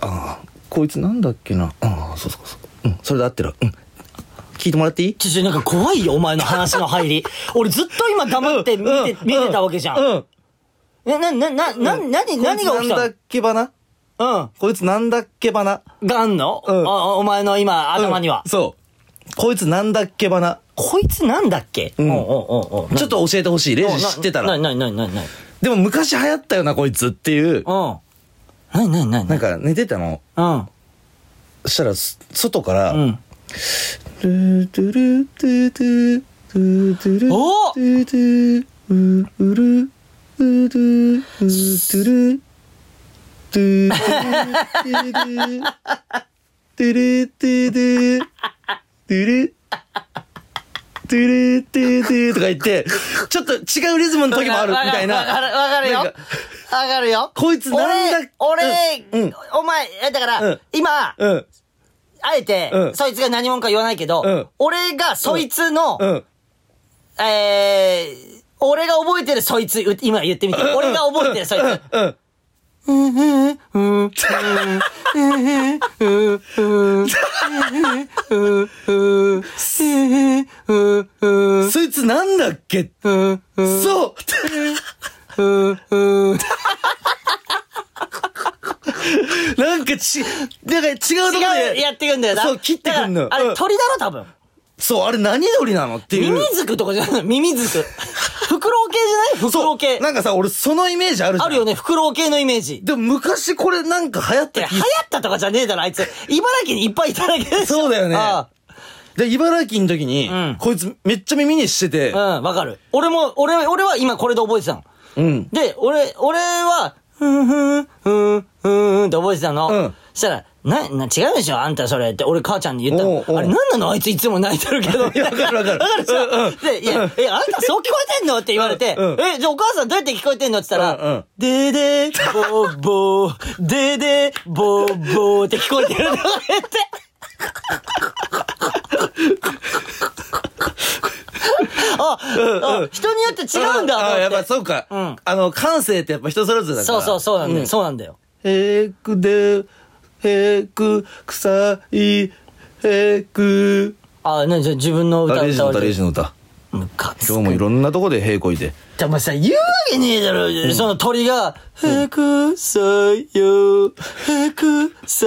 Speaker 1: ああこいつなんだっけなああそうそうそううんそれで合ってるうん聞いてもらっていい
Speaker 2: ちょちょ、なんか怖いよ、お前の話の入り。 俺ずっと今黙って見て、見てたわけじゃん。
Speaker 1: うん
Speaker 2: な、な、な、な、な、な、何が
Speaker 1: こいつ
Speaker 2: 起き
Speaker 1: なんだ
Speaker 2: た
Speaker 1: っけばな
Speaker 2: の
Speaker 1: こいつなんだっけばな
Speaker 2: うん。があんの
Speaker 1: うん
Speaker 2: あお前の今、頭には
Speaker 1: うん。そうこいつなんだっけばな
Speaker 2: こいつなんだっけうんおうおうおう
Speaker 1: ちょっと教えてほしいレイジ知ってたら
Speaker 2: な、な、な、な、な、な、
Speaker 1: でも昔流行ったよなこいつっていう
Speaker 2: うん。な、な、な、
Speaker 1: なんか寝てたの
Speaker 2: な、
Speaker 1: そしたらす外から
Speaker 2: うん。うん。
Speaker 1: 「ルートゥルートゥトゥトゥトゥルー
Speaker 2: お
Speaker 1: トゥトゥウーウルーウードゥーウードゥルートゥルートゥルートゥルートゥルートゥルートゥルートゥルートゥルーとか言ってちょっと違うリズムの時もあるみたい
Speaker 2: わかる、
Speaker 1: な
Speaker 2: わかるよ。
Speaker 1: な
Speaker 2: わ
Speaker 1: んか
Speaker 2: かるよ。
Speaker 1: こいつなんだっけ
Speaker 2: 俺、
Speaker 1: うんう
Speaker 2: 俺
Speaker 1: ん、
Speaker 2: お前、えだか
Speaker 1: う
Speaker 2: ら
Speaker 1: ん、
Speaker 2: 今、
Speaker 1: うん
Speaker 2: あえて、
Speaker 1: うん
Speaker 2: そいつが何者か言わないけど、
Speaker 1: うん
Speaker 2: 俺がそいつの、
Speaker 1: うん
Speaker 2: えー、俺が覚えてるそいつ、う今言ってみて。俺が覚えてるそいつ。
Speaker 1: うんそいつなんだっけそうなんかち、なんか違うとこ
Speaker 2: 違う、
Speaker 1: で、
Speaker 2: やってくんだよな。
Speaker 1: そう切ってくんのよ
Speaker 2: だからあ
Speaker 1: うん
Speaker 2: れ、鳥だろ、多分。
Speaker 1: そう、あれ何鳥なのっていう。
Speaker 2: 耳づくとかじゃない耳づ く。フクロウ系じゃないフクロウ系。
Speaker 1: なんかさ、俺そのイメージあるじゃん。
Speaker 2: あるよね、フクロウ系のイメージ。
Speaker 1: でも昔これなんか流行っ
Speaker 2: い
Speaker 1: た
Speaker 2: や
Speaker 1: 気
Speaker 2: 流行ったとかじゃねえだろ、あいつ。茨城にいっぱいいただけでしょ
Speaker 1: そうだよね
Speaker 2: あ
Speaker 1: で、茨城の時に、
Speaker 2: うん
Speaker 1: こいつめっちゃ耳にしてて、
Speaker 2: あうん、わかる。俺も、俺、俺は今これで覚えてたの。
Speaker 1: うん。
Speaker 2: で、俺、俺は、ふんふん、ふん、ふんって覚えてたの。
Speaker 1: うん
Speaker 2: そしたら、な、な、違うでしょあんたそれって、俺母ちゃんに言った
Speaker 1: おうおう
Speaker 2: の。あれ、なんなのあいついつも泣いてるけど。わ
Speaker 1: いやわかるわかる
Speaker 2: わかるでしょ、
Speaker 1: うんうん
Speaker 2: で、いや、え、あんたそう聞こえてんのって言われて、
Speaker 1: うんうん
Speaker 2: え、じゃあお母さんどうやって聞こえてんのって言ったら、
Speaker 1: うんうん
Speaker 2: ででー、ぼーぼー、ででー、ぼーぼーって聞こえ てるのって言って。あ、あ、人によって違うんだと思っ
Speaker 1: あ
Speaker 2: て。
Speaker 1: やっぱそうか。
Speaker 2: うん
Speaker 1: あの、感性ってやっぱ人それぞれだか
Speaker 2: そ
Speaker 1: ら。
Speaker 2: うそうそうなんだよ、
Speaker 1: ん
Speaker 2: そうなんだよ。
Speaker 1: へくで、へく、くさい、へく。
Speaker 2: あ、なにじゃあ自分の歌
Speaker 1: あレイジ
Speaker 2: 歌
Speaker 1: の
Speaker 2: わ
Speaker 1: 歌、レイ
Speaker 2: れ
Speaker 1: ジ
Speaker 2: て。
Speaker 1: の歌。
Speaker 2: むかつ
Speaker 1: 今日もいろんなとこでへこいて。
Speaker 2: でもさ、言うわけねえだろ、その鳥が、へくさよ、へくさ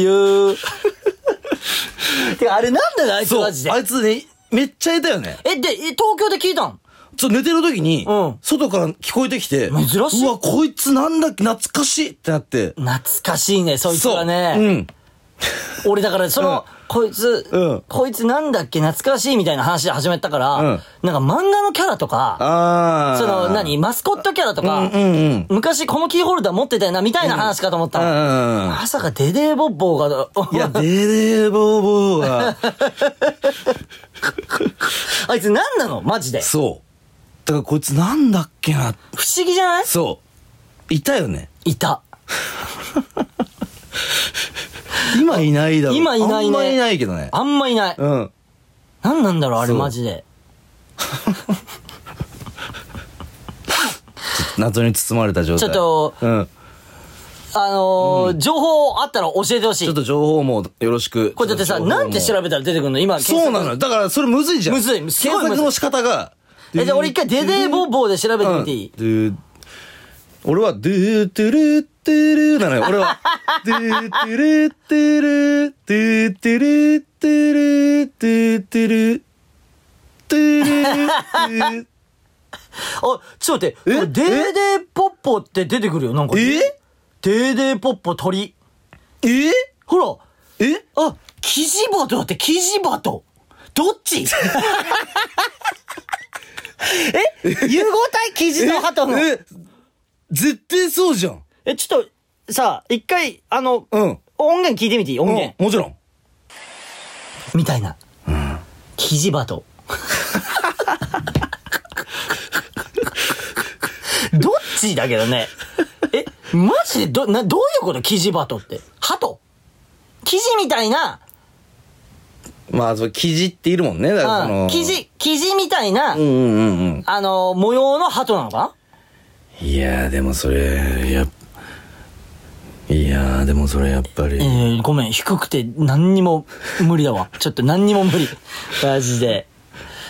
Speaker 2: よ。 てか、あれなんだよ、あいつ
Speaker 1: そう、
Speaker 2: マジで
Speaker 1: あ。いつね、めっちゃいたよね。
Speaker 2: え、で、え東京で聞いたん
Speaker 1: ちょっと寝てる時に、
Speaker 2: うん
Speaker 1: 外から聞こえてきて、
Speaker 2: 珍しいう
Speaker 1: わ、こいつなんだっけ、懐かしいってなって。
Speaker 2: 懐かしいね、そいつ
Speaker 1: そう。
Speaker 2: はね。
Speaker 1: うん。
Speaker 2: 俺だから、その、こいつ、
Speaker 1: うん
Speaker 2: こいつなんだっけ懐かしいみたいな話で始めたから、
Speaker 1: うん
Speaker 2: なんか漫画のキャラとか、
Speaker 1: ああ。
Speaker 2: その何、マスコットキャラと
Speaker 1: う
Speaker 2: か、
Speaker 1: んうんうん。
Speaker 2: 昔このキーホルダー持ってたよな、みたいな話かと思った
Speaker 1: うんう
Speaker 2: の。
Speaker 1: んう ん。
Speaker 2: まさかデデーボッボーが、
Speaker 1: いや、デレボーボー は、
Speaker 2: あいつ何なのマジで。
Speaker 1: そう。だからこいつなんだっけな。
Speaker 2: 不思議じゃない
Speaker 1: そう。いたよね。
Speaker 2: いた。
Speaker 1: 今いないだろ。
Speaker 2: 今いない
Speaker 1: あ
Speaker 2: ね
Speaker 1: んまいないけどね。
Speaker 2: あんまいない。
Speaker 1: うん。
Speaker 2: 何なんだろうあれ
Speaker 1: そう
Speaker 2: マジで。
Speaker 1: 謎に包まれた状態。
Speaker 2: ちょっと
Speaker 1: うん。
Speaker 2: あのー情報あったら教えてほし
Speaker 1: ちょっ
Speaker 2: い。
Speaker 1: と情報もよろしく。
Speaker 2: これだってさ、なんて調べたら出てくるの今、
Speaker 1: そうなのよ。だからそれむずいじゃん。
Speaker 2: むずいす
Speaker 1: 検
Speaker 2: ごいむず
Speaker 1: 索
Speaker 2: い
Speaker 1: の仕方が。
Speaker 2: え、じゃあ俺一回デデーボーボーで調べてみていい、
Speaker 1: うんドゥ俺は、ドゥー、トゥルー、トゥルーなのよ。俺は、ドゥー、トゥルー、トゥルー、ドゥー、トゥルー、トゥルー、ドゥー、トゥルー、トゥルー、トゥ
Speaker 2: あ、ちょっと待って、これ
Speaker 1: え
Speaker 2: デーデーポッポって出てくるよ、なんか。
Speaker 1: え
Speaker 2: デーデーポッポ鳥。
Speaker 1: ー
Speaker 2: ほら、
Speaker 1: ええ
Speaker 2: あ、キジバトだって、キジバト。どっち え融合体キジとハトの。
Speaker 1: え絶対そうじゃん。
Speaker 2: え、ちょっと、さあ、一回、あの、
Speaker 1: うん。
Speaker 2: 音源聞いてみていい音源。
Speaker 1: うんもちろん。
Speaker 2: みたいな。キジバト。どっちだけどね。え、マジでど、な、どういうことキジバトって。ハトキジみたいな、
Speaker 1: まあ、そう、生地っているもんね。だからそ
Speaker 2: う
Speaker 1: の。
Speaker 2: ん、キ。ジ、キジみたいな、
Speaker 1: うんうんうんうん。
Speaker 2: あの模様の鳩なのか
Speaker 1: いやーでもそれやっいやーでもそれやっぱり、
Speaker 2: えー、ごめん、低くて何にも無理だわ。ちょっと何にも無理。マジで。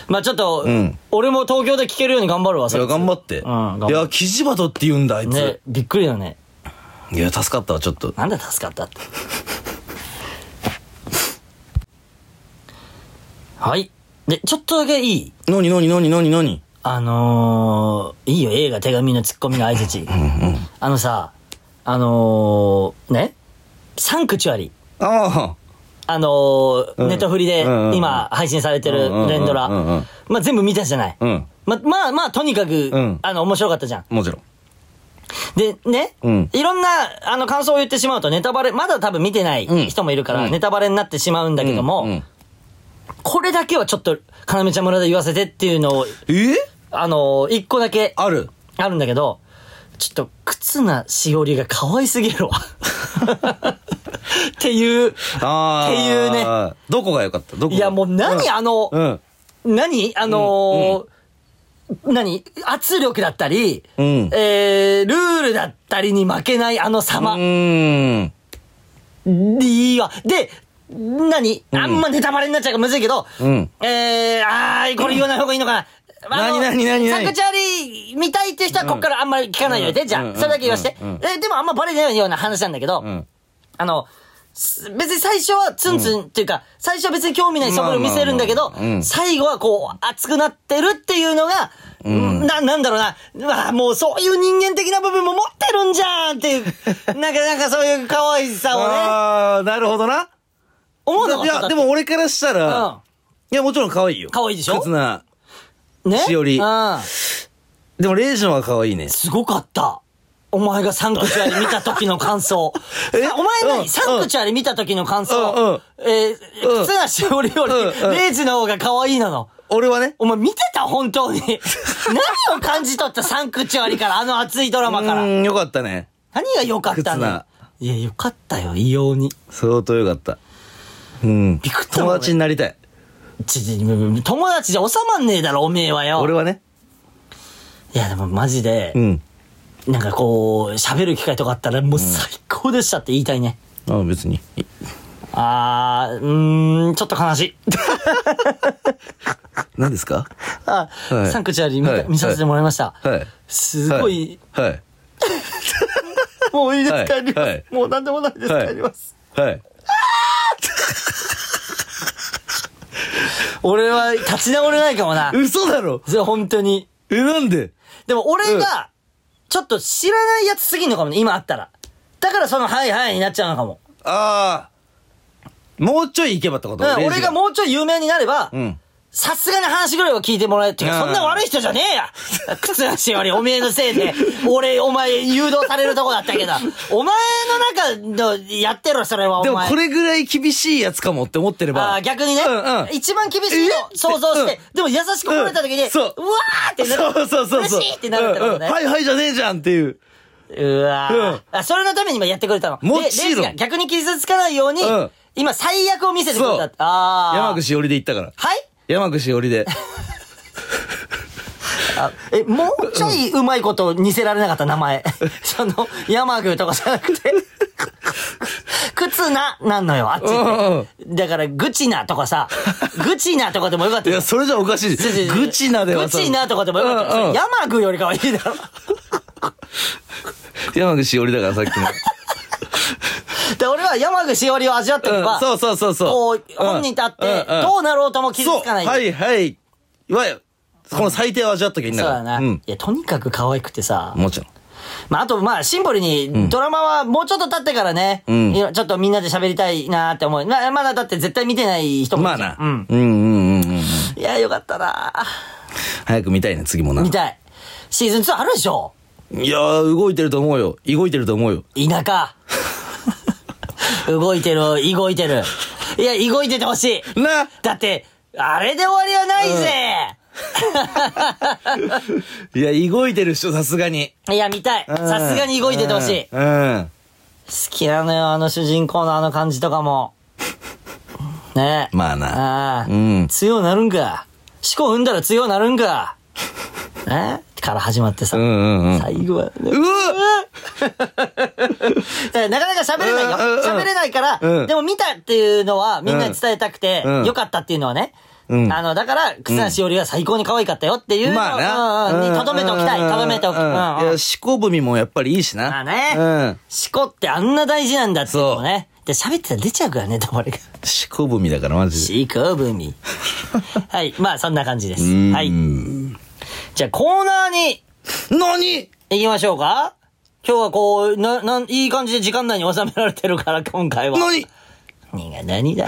Speaker 2: まあちょっと、
Speaker 1: うん
Speaker 2: 俺も東京で聞けるように頑張るわ、
Speaker 1: い
Speaker 2: そ
Speaker 1: や
Speaker 2: いつ
Speaker 1: 頑張って、
Speaker 2: うん頑張る
Speaker 1: いやキジバトって言うんだあいつ、
Speaker 2: ね、びっくりだね。
Speaker 1: いや助かったわちょっと
Speaker 2: なんで助かったって。はい。で、ちょっとだけいい
Speaker 1: 何何何何何
Speaker 2: あのー、いいよ、映画手紙のツッコミの挨拶。あのさ、あのー、ね、サンクチュアリ。
Speaker 1: ああ
Speaker 2: あのー
Speaker 1: うん
Speaker 2: ネットフリで
Speaker 1: うんうん
Speaker 2: 今配信されてる連ドラ。
Speaker 1: うんうんうんうん
Speaker 2: まあ、全部見たじゃない。
Speaker 1: うん
Speaker 2: ま、まあまあ、とにかく、
Speaker 1: うん
Speaker 2: あの、面白かったじゃん。
Speaker 1: もちろん
Speaker 2: で、ね、
Speaker 1: うん
Speaker 2: いろんな、あの、感想を言ってしまうとネタバレ、まだ多分見てない
Speaker 1: うん
Speaker 2: 人もいるから、
Speaker 1: うん
Speaker 2: ネタバレになってしまうんだけども、
Speaker 1: うんうん
Speaker 2: これだけはちょっと、かなめちゃん村で言わせてっていうのを、
Speaker 1: え
Speaker 2: あのー一個だけ
Speaker 1: ある
Speaker 2: あるんだけど、ちょっと、忽なしおりが可愛すぎ るわ。っていう、
Speaker 1: ああ
Speaker 2: っていうね
Speaker 1: どこが良かったどこが
Speaker 2: いやもう何、あの、
Speaker 1: うん
Speaker 2: 何あのー何圧力だったり、
Speaker 1: うん
Speaker 2: えー、ルールだったりに負けないあの
Speaker 1: う
Speaker 2: 様。
Speaker 1: ーん
Speaker 2: いいわ。で、何あんまネタバレになっちゃうからむずいけど、
Speaker 1: うん
Speaker 2: えー、あー、これ言わない方がいいのかな。あの
Speaker 1: 何何何何
Speaker 2: サンクチュアリ見たいっていう人はこっからあんまり聞かないようにで、
Speaker 1: うん
Speaker 2: じ
Speaker 1: う
Speaker 2: ゃ
Speaker 1: ん
Speaker 2: あ、それだけ言わして。
Speaker 1: うんうん
Speaker 2: え、でもあんまバレないような話なんだけど、
Speaker 1: うん
Speaker 2: あの、す別に最初はツンツンっていうか、最初は別に興味ない素振りを見せるんだけ
Speaker 1: ま
Speaker 2: ど
Speaker 1: あまあまあう、ん
Speaker 2: 最後はこう、熱くなってるっていうのが、な、なんだろうな、うわもうそういう人間的な部分も持ってるんじゃんっ ていう、なんか、なんかそういう可愛さをね、
Speaker 1: ああなるほどな
Speaker 2: 思うの
Speaker 1: い
Speaker 2: が
Speaker 1: やでも俺からしたら、
Speaker 2: うん
Speaker 1: いやもちろん可愛いよ
Speaker 2: 可愛いでしょ
Speaker 1: 忽な
Speaker 2: ね
Speaker 1: しおり
Speaker 2: うん。
Speaker 1: でもレイジのは可愛いね
Speaker 2: すごかった。お前がサンクチュアリ見た時の感想。
Speaker 1: え
Speaker 2: さお前何、
Speaker 1: うん
Speaker 2: サンクチュアリ見た時の感想。え
Speaker 1: う
Speaker 2: ー、
Speaker 1: ん
Speaker 2: 靴なしおりより、
Speaker 1: うんうん
Speaker 2: レイジの方が可愛いなの。
Speaker 1: 俺はね
Speaker 2: お前見てた本当に。 何を感じ取ったサンクチュアリから、あの熱いドラマか
Speaker 1: う
Speaker 2: ら。
Speaker 1: ーんよかったね
Speaker 2: 何が良かった
Speaker 1: 靴
Speaker 2: の
Speaker 1: ない
Speaker 2: や、良かったよ、異様に。
Speaker 1: 相当よかったうん
Speaker 2: びっくりした
Speaker 1: 友達になりたい
Speaker 2: ちち友達じゃ収まんねえだろ、おめえはよ。
Speaker 1: 俺はね
Speaker 2: いや、でもマジで
Speaker 1: う、ん
Speaker 2: なんかこう、喋る機会とかあったら、もう最高でしたって言いたいね。
Speaker 1: あ別にい
Speaker 2: あー、うーん、ちょっと悲しい。
Speaker 1: 何ですか
Speaker 2: あ、
Speaker 1: はい
Speaker 2: サンクチュアリ見,、
Speaker 1: はい
Speaker 2: 見させてもらいました。
Speaker 1: はい
Speaker 2: すごい、
Speaker 1: はい
Speaker 2: もういいです、
Speaker 1: はい
Speaker 2: 帰ります、
Speaker 1: はい
Speaker 2: もうなんでもないです、
Speaker 1: はい
Speaker 2: 帰ります。
Speaker 1: はい
Speaker 2: 俺は立ち直れないかもな。
Speaker 1: 嘘だろ
Speaker 2: それ本当に。
Speaker 1: えなんで
Speaker 2: でも俺が、ちょっと知らないやつすぎんのかもね、今あったら。だからその、はいはいになっちゃうのかも。
Speaker 1: ああもうちょい行けばってこと
Speaker 2: だから俺がもうちょい有名になれば
Speaker 1: う、ん。
Speaker 2: さすがに話ぐらいは聞いてもらえっていうか、
Speaker 1: うん
Speaker 2: そんな悪い人じゃねえや靴足よりおめえのせいで、俺、お前誘導されるとこだったけど、お前の中のやってろ、それはお
Speaker 1: でも
Speaker 2: 前。
Speaker 1: これぐらい厳しいやつかもって思ってれば。
Speaker 2: あー逆にね、
Speaker 1: うんうん。
Speaker 2: 一番厳しいのを想像して、でも優しく褒めた時に、
Speaker 1: うんそう
Speaker 2: わーってなる。
Speaker 1: そうそうそうそう。
Speaker 2: 嬉しいってなるってこと
Speaker 1: うんうんは
Speaker 2: ね。
Speaker 1: いはいじゃねえじゃんっていう。
Speaker 2: うわー、
Speaker 1: うん
Speaker 2: あ、それのために今やってくれたの。
Speaker 1: もちろん
Speaker 2: でレイジが逆に傷つかないように、
Speaker 1: うん
Speaker 2: 今最悪を見せてくれたって。
Speaker 1: そう
Speaker 2: あー。
Speaker 1: 山口よりで行ったから。
Speaker 2: はい
Speaker 1: 山口よりで。
Speaker 2: あえ、もうちょいうまいこと似せられなかった 名前。その、山口とかじゃなくて。靴な、なんのよ、あっちって。だから、愚痴なとかさ、愚痴なとかでもよかった
Speaker 1: い
Speaker 2: よ
Speaker 1: や、それじゃおか しい。 愚痴なでは
Speaker 2: 愚痴なとかでもよかった
Speaker 1: うんう
Speaker 2: よ。
Speaker 1: ん
Speaker 2: 山口よりかはいいだろ。
Speaker 1: 山口よりだからさっきの。
Speaker 2: で、俺は山口しおりを味わってれば、
Speaker 1: うんそうそうそうそう
Speaker 2: こう、本人と会って、
Speaker 1: うんうん
Speaker 2: どうなろうとも傷
Speaker 1: そう
Speaker 2: つかない。
Speaker 1: はいはい。は、この最低を味わっときゃいいん
Speaker 2: そ
Speaker 1: だ
Speaker 2: う
Speaker 1: から。
Speaker 2: だな。
Speaker 1: うん
Speaker 2: い。や、とにかく可愛くてさ。
Speaker 1: もちろん。
Speaker 2: まあ、あと、まあ、シンプルに、ドラマはもうちょっと経ってからね、
Speaker 1: ん
Speaker 2: いやちょっとみんなで喋りたいなーって思う。まあ、まだだって絶対見てない人もい
Speaker 1: まあ
Speaker 2: るじゃん
Speaker 1: な。うんうんうんうん。
Speaker 2: うん。いや、よかったな
Speaker 1: 早く見たいね、次もな。
Speaker 2: 見たい。シーズン2あるでしょ
Speaker 1: いやー、動いてると思うよ。動いてると思うよ。
Speaker 2: 田舎。動いてる、動いてる。いや、動いててほしい。
Speaker 1: な
Speaker 2: だって、あれで終わりはないぜ、
Speaker 1: いや、動いてるっしょ、さすがに。
Speaker 2: いや、見たい。さすがに動いててほしい。
Speaker 1: うん。うん
Speaker 2: 好きなのよ、あの主人公のあの感じと かも。ねえ。
Speaker 1: まあな
Speaker 2: ああ。
Speaker 1: うん
Speaker 2: 強なるんか。四股踏んだら強なる んか。ねえから始まってさ。
Speaker 1: うんうんうん。
Speaker 2: 最後は、ね。
Speaker 1: うわ
Speaker 2: だからなかなか喋れないよ
Speaker 1: うんうんう。ん
Speaker 2: 喋れないから、
Speaker 1: うん
Speaker 2: でも見たっていうのはみんなに伝えたくて、
Speaker 1: うん
Speaker 2: よかったっていうのはね。
Speaker 1: うん
Speaker 2: あの、だから、草梨しおりは最高に可愛かったよっていうのを、
Speaker 1: まあ
Speaker 2: うんうん
Speaker 1: な。
Speaker 2: にとどめておきたい。
Speaker 1: うん
Speaker 2: とどめておき
Speaker 1: うん
Speaker 2: たい。
Speaker 1: いや、四股踏みもやっぱりいいしな。
Speaker 2: まあね。しこってあんな大事なんだっていうのもね。で、喋ってたら出ちゃうからね、ともあれ
Speaker 1: う
Speaker 2: が。
Speaker 1: ん。四股踏みだから、マジで。
Speaker 2: しこぶ み。はい。まあ、そんな感じです。
Speaker 1: うん
Speaker 2: はい。じゃあ、コーナーに
Speaker 1: 何
Speaker 2: 行きましょうか今日はこう、な、なん、いい感じで時間内に収められてるから、今回は。
Speaker 1: 何
Speaker 2: 何が何だ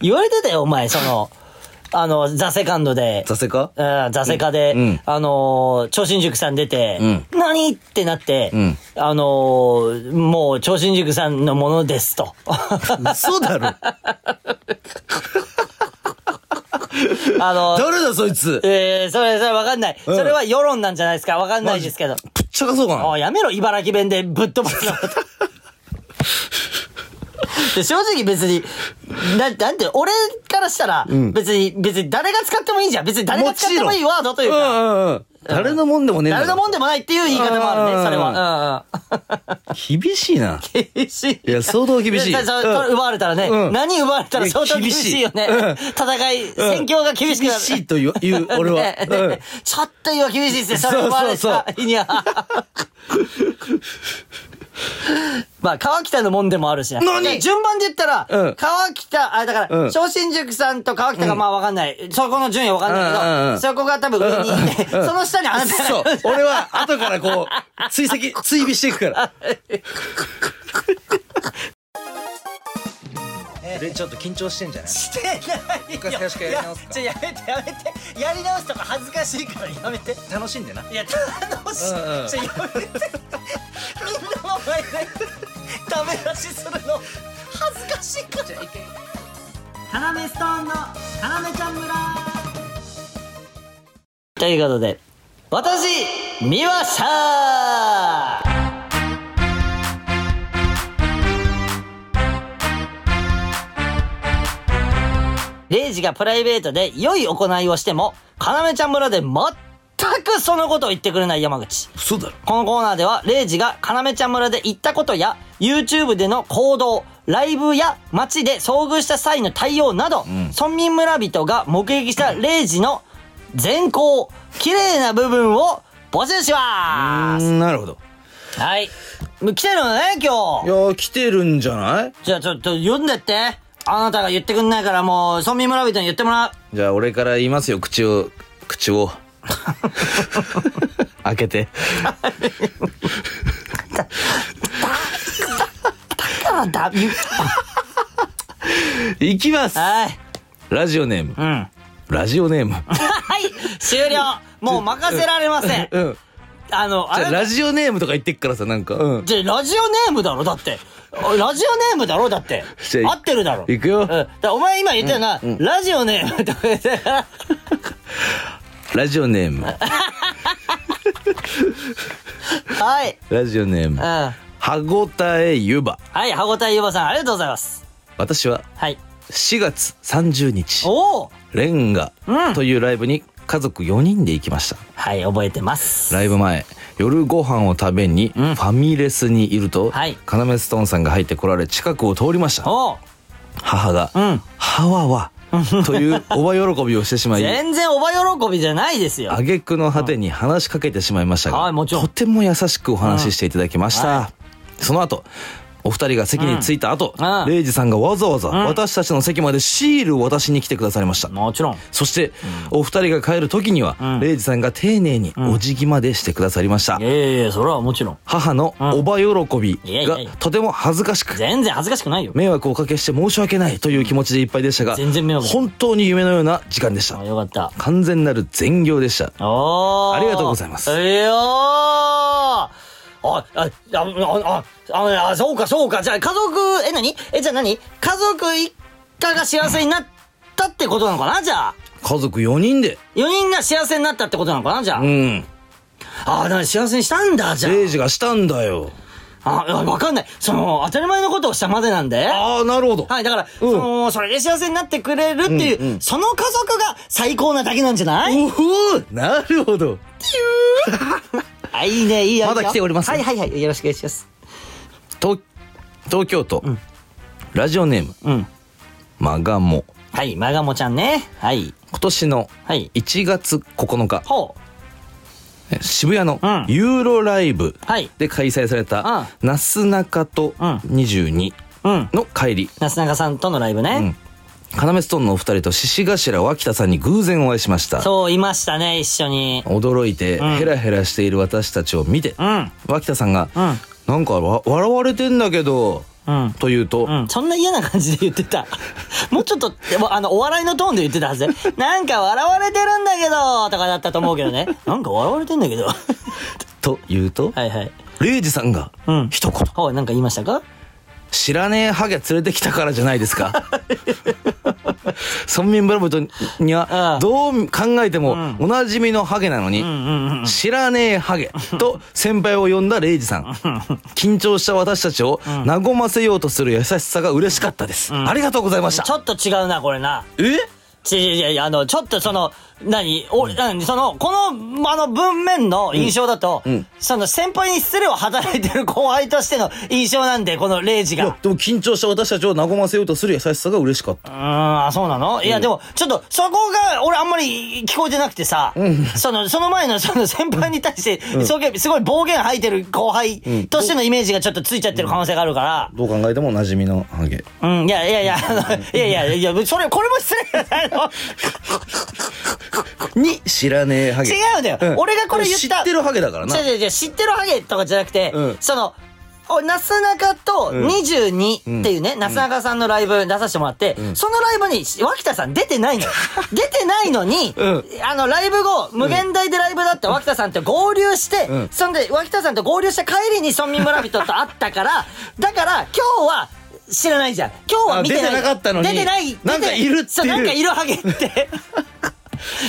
Speaker 2: 言われてたよ、お前、その、あの、ザ・セカンドで。
Speaker 1: 座せか
Speaker 2: うん、座席で、
Speaker 1: うん
Speaker 2: あのー、超新塾さん出て、
Speaker 1: うん
Speaker 2: 何ってなって、
Speaker 1: うん
Speaker 2: あのー、もう超新塾さんのものですと。
Speaker 1: 嘘だろ。
Speaker 2: あのー、
Speaker 1: 誰だ、そいつ。
Speaker 2: えー、それ、それわかんない。
Speaker 1: うん
Speaker 2: それは世論なんじゃないですかわかんないですけど。
Speaker 1: ぶっちゃかそうか
Speaker 2: お
Speaker 1: な。
Speaker 2: いやめろ、茨城弁でぶっ飛ば すの。で正直別に、な、なんて、俺からしたら、別に、別に誰が使ってもいいじゃん。別に誰が使ってもいいワードという
Speaker 1: う
Speaker 2: か、
Speaker 1: んうんうん。誰のもんでもねえんだ
Speaker 2: 誰のもんでもないっていう言い方もある
Speaker 1: う
Speaker 2: ね、
Speaker 1: ん
Speaker 2: それは。
Speaker 1: 厳しいな。
Speaker 2: うんうん。 厳しい。
Speaker 1: いや、相当厳しい。
Speaker 2: でそそ
Speaker 1: う
Speaker 2: れ
Speaker 1: ん
Speaker 2: 奪われたらね、
Speaker 1: うん
Speaker 2: 何奪われたら相当厳しいよね。
Speaker 1: 厳しいうん
Speaker 2: 戦い、戦況が厳しくなる。
Speaker 1: 厳しいという、言う 俺は
Speaker 2: ね。
Speaker 1: うん
Speaker 2: ねちょっと今厳しいですね。それ奪われ
Speaker 1: そうそ
Speaker 2: た
Speaker 1: う
Speaker 2: 日には。 まあ、川北のもんでもあるしな。
Speaker 1: 何
Speaker 2: で順番で言ったら、
Speaker 1: うん
Speaker 2: 川北、あ、だから、
Speaker 1: うん
Speaker 2: 昇進塾さんと川北がまあわかんない。そこの順位わかん
Speaker 1: うんうん
Speaker 2: な
Speaker 1: う
Speaker 2: い
Speaker 1: ん
Speaker 2: けど、そこが多分上にいて、
Speaker 1: うん
Speaker 2: その下にあなた
Speaker 1: そう
Speaker 2: が。。
Speaker 1: 俺は後からこう、追 跡、追尾していくから。で、ちょっと緊張してんじゃない
Speaker 2: して ないよ
Speaker 1: 回最初からやり直すか
Speaker 2: いやちょやめてやめてやり直すとか恥ずかしいからやめて
Speaker 1: 楽しんでな。
Speaker 2: いや楽しい、
Speaker 1: うんうん
Speaker 2: ちょやめてみんなの前でダメ出しするの恥ずかしいからじゃあ一回カナメストーンのカナメちゃん村ということで私見ましたレイジがプライベートで良い行いをしても、カナメちゃん村で全くそのことを言ってくれない山口。
Speaker 1: そうだろ。
Speaker 2: このコーナーでは、レイジがカナメちゃん村で行ったことや、YouTube での行動、ライブや街で遭遇した際の対応など、
Speaker 1: ん
Speaker 2: 村民村人が目撃したレイジの善行、綺麗な部分を募集しま
Speaker 1: なるほど。
Speaker 2: すはい。もう来てるのね、今
Speaker 1: い
Speaker 2: 日
Speaker 1: や。ー、来てるんじゃない
Speaker 2: じゃあちょっと読んでって。あなたが言ってくんないからもう、村民村人に言ってもらう。
Speaker 1: じゃあ、俺から言いますよ、口を、口 を。開けて。
Speaker 2: だからだ、ゆ
Speaker 1: いきます
Speaker 2: はい。
Speaker 1: ラジオネーム
Speaker 2: う。ん。
Speaker 1: ラジオネーム。
Speaker 2: はい、終了。もう任せられませ ん。
Speaker 1: うん。
Speaker 2: あの、あ
Speaker 1: じゃあ
Speaker 2: れ
Speaker 1: ラジオネームとか言ってっからさ、なんか。うん。
Speaker 2: じゃあラジオネームだろだって。おラジオネームだろだって
Speaker 1: じ。ゃあ
Speaker 2: 合ってるだろ。
Speaker 1: いくよ
Speaker 2: うん。だからお前今言ったよな、ラジオネームとか言ってたら
Speaker 1: ラジオネーム。
Speaker 2: はい。
Speaker 1: ラジオネー
Speaker 2: うん。
Speaker 1: ム。
Speaker 2: は
Speaker 1: 歯ごたえゆば。
Speaker 2: い、歯応えゆばさん、ありがとうございます。
Speaker 1: 私は
Speaker 2: はい。
Speaker 1: 4月30日、
Speaker 2: おお
Speaker 1: レンガ
Speaker 2: うん
Speaker 1: というライブに家族4人で行きました。
Speaker 2: はい、覚えてます。
Speaker 1: ライブ前、夜ご飯を食べにフ
Speaker 2: うん
Speaker 1: ァミレスにいると、
Speaker 2: はい
Speaker 1: カナメストーンさんが入ってこられ近くを通りました。
Speaker 2: おお
Speaker 1: 母が、
Speaker 2: うん。
Speaker 1: はわ わ、というおば喜びをしてしまい、
Speaker 2: 全然おば喜びじゃないですよ。
Speaker 1: 挙句の果てに話しかけてしまいましたが、
Speaker 2: はいもちろん
Speaker 1: とても優しくお話ししていただきました、
Speaker 2: うんは
Speaker 1: その後お二人が席に着いた後、
Speaker 2: うん
Speaker 1: レイジさんがわざわざ
Speaker 2: ん
Speaker 1: 私たちの席までシールを渡しに来てくださりました、
Speaker 2: もちろん。
Speaker 1: そして、お二人が帰る時には、
Speaker 2: ん
Speaker 1: レイジさんが丁寧にお辞儀までしてくださりました、
Speaker 2: いやいやいや、それはもちろん。
Speaker 1: 母のおば喜び
Speaker 2: いやいやい
Speaker 1: が
Speaker 2: や
Speaker 1: とても恥ずかしく
Speaker 2: 全然恥ずかしくないよ。
Speaker 1: 迷惑をおかけして申し訳ないという気持ちでいっぱいでしたが
Speaker 2: 全然迷惑
Speaker 1: 本当に夢のような時間でした
Speaker 2: あよかった。
Speaker 1: 完全なる全業でした
Speaker 2: おー
Speaker 1: ありがとうございます
Speaker 2: えよーあ、あ、あ、あ、あ、あ、そうか、そうか。じゃあ、家族、え、何え、じゃあ何家族一家が幸せになったってことなのかなじゃあ。
Speaker 1: 家族4人で
Speaker 2: 4人が幸せになったってことなのかなじゃあ。
Speaker 1: うん
Speaker 2: あ、だから幸せにしたんだ、じゃ
Speaker 1: レイジがしたんだよ。
Speaker 2: あ。あ、わかんない。その、当たり前のことをしたまでなんで。
Speaker 1: ああ、なるほど。
Speaker 2: はい、だから、その、それで幸せになってくれるっていう、
Speaker 1: うんうん
Speaker 2: その家族が最高なだけなんじゃない
Speaker 1: おお、なるほど。
Speaker 2: あ、いいね、いいよ。
Speaker 1: まだ来ております
Speaker 2: はいはいはい、よろしくお願いします。
Speaker 1: 東、東京都、ラジオネーム、
Speaker 2: うん。
Speaker 1: マガモ。
Speaker 2: はい、マガモちゃんね。はい。
Speaker 1: 今年の
Speaker 2: はい。
Speaker 1: 1月9日、
Speaker 2: ほ
Speaker 1: 渋谷の
Speaker 2: うん
Speaker 1: ユーロライブ
Speaker 2: はい
Speaker 1: で開催され
Speaker 2: うん
Speaker 1: た、なすなかと
Speaker 2: うん
Speaker 1: 22
Speaker 2: う。うん。
Speaker 1: の帰り。
Speaker 2: なすなかさんとのライブ
Speaker 1: うん
Speaker 2: ね。。
Speaker 1: カナメストーンのお二人と獅子頭脇田さんに偶然お会いしました。
Speaker 2: そう、いましたね、一緒に。
Speaker 1: 驚いて、
Speaker 2: うん
Speaker 1: ヘラヘラしている私たちを見て、
Speaker 2: うん。
Speaker 1: 脇田さんが、
Speaker 2: うん。
Speaker 1: なんかわ笑われてんだけど、
Speaker 2: うん。
Speaker 1: と言うと、
Speaker 2: うん、そんな嫌な感じで言ってた。 もうちょっと、でもあの、お笑いのトーンで言ってたはず で。なんか笑われてるんだけど、とかだったと思うけどね。なんか笑われてんだけど。 は
Speaker 1: と言うと、
Speaker 2: いはい。
Speaker 1: レイジさんが
Speaker 2: うん。
Speaker 1: 一言
Speaker 2: ほう、なんか言いましたか
Speaker 1: 「知らねえハゲ連れてきたからじゃないです か」村民ブラボーとに
Speaker 2: あ
Speaker 1: は
Speaker 2: あ
Speaker 1: どう考えて
Speaker 2: う
Speaker 1: も
Speaker 2: ん
Speaker 1: おなじみのハゲなのに
Speaker 2: うんうんうん
Speaker 1: 「知らねえハゲ」と先輩を呼んだレイジ さん緊張した私たちを和ませようとする優しさが嬉しかったです
Speaker 2: ん
Speaker 1: ありがとうございまし
Speaker 2: ち
Speaker 1: た
Speaker 2: ょっと違うな、これな。
Speaker 1: え
Speaker 2: 違う違う違う、あの、ちょっとその、何俺、何その、この、あの、文面の印象だと、
Speaker 1: うんうん
Speaker 2: その、先輩に失礼を働いてる後輩としての印象なんで、このレイジ
Speaker 1: いや
Speaker 2: が。
Speaker 1: でも緊張した私たちを和ませようとする優しさが嬉しかった
Speaker 2: うーん、あ、そうなのいや、でも、ちょっと、そこが、俺あんまり聞こえてなくてさ、その、その前の、その先輩に対して、すごいすごい暴言吐いてる後輩としてのイメージがちょっとついちゃってる可能性があるから、
Speaker 1: どう考えてもおなじみのハゲ
Speaker 2: うん、いやいやいや、あのいやいやいや、それ、これも失礼じゃ ないの
Speaker 1: に知らねえハゲ
Speaker 2: 違うんだよ俺がこれ言った
Speaker 1: 知ってるハゲだからな
Speaker 2: 違う違う違う、知ってるハゲとかじゃなくて、
Speaker 1: うん
Speaker 2: その、おなすなかと22っていうね、なすなかさんのライブ出させてもらって、そのライブに、脇田さん出て ないのよ。出てないのに、
Speaker 1: うん
Speaker 2: あの、ライブ後、無限大でライブだった脇田さんと合流して、
Speaker 1: うん
Speaker 2: そんで、脇田さんと合流した帰りに村民村人と会っ たから、だから、今日は、知らないじゃん。今日は見てない。
Speaker 1: あ出てなかったのに
Speaker 2: 出てない。
Speaker 1: なんかいるっていう
Speaker 2: そうなんかいるハ ゲって。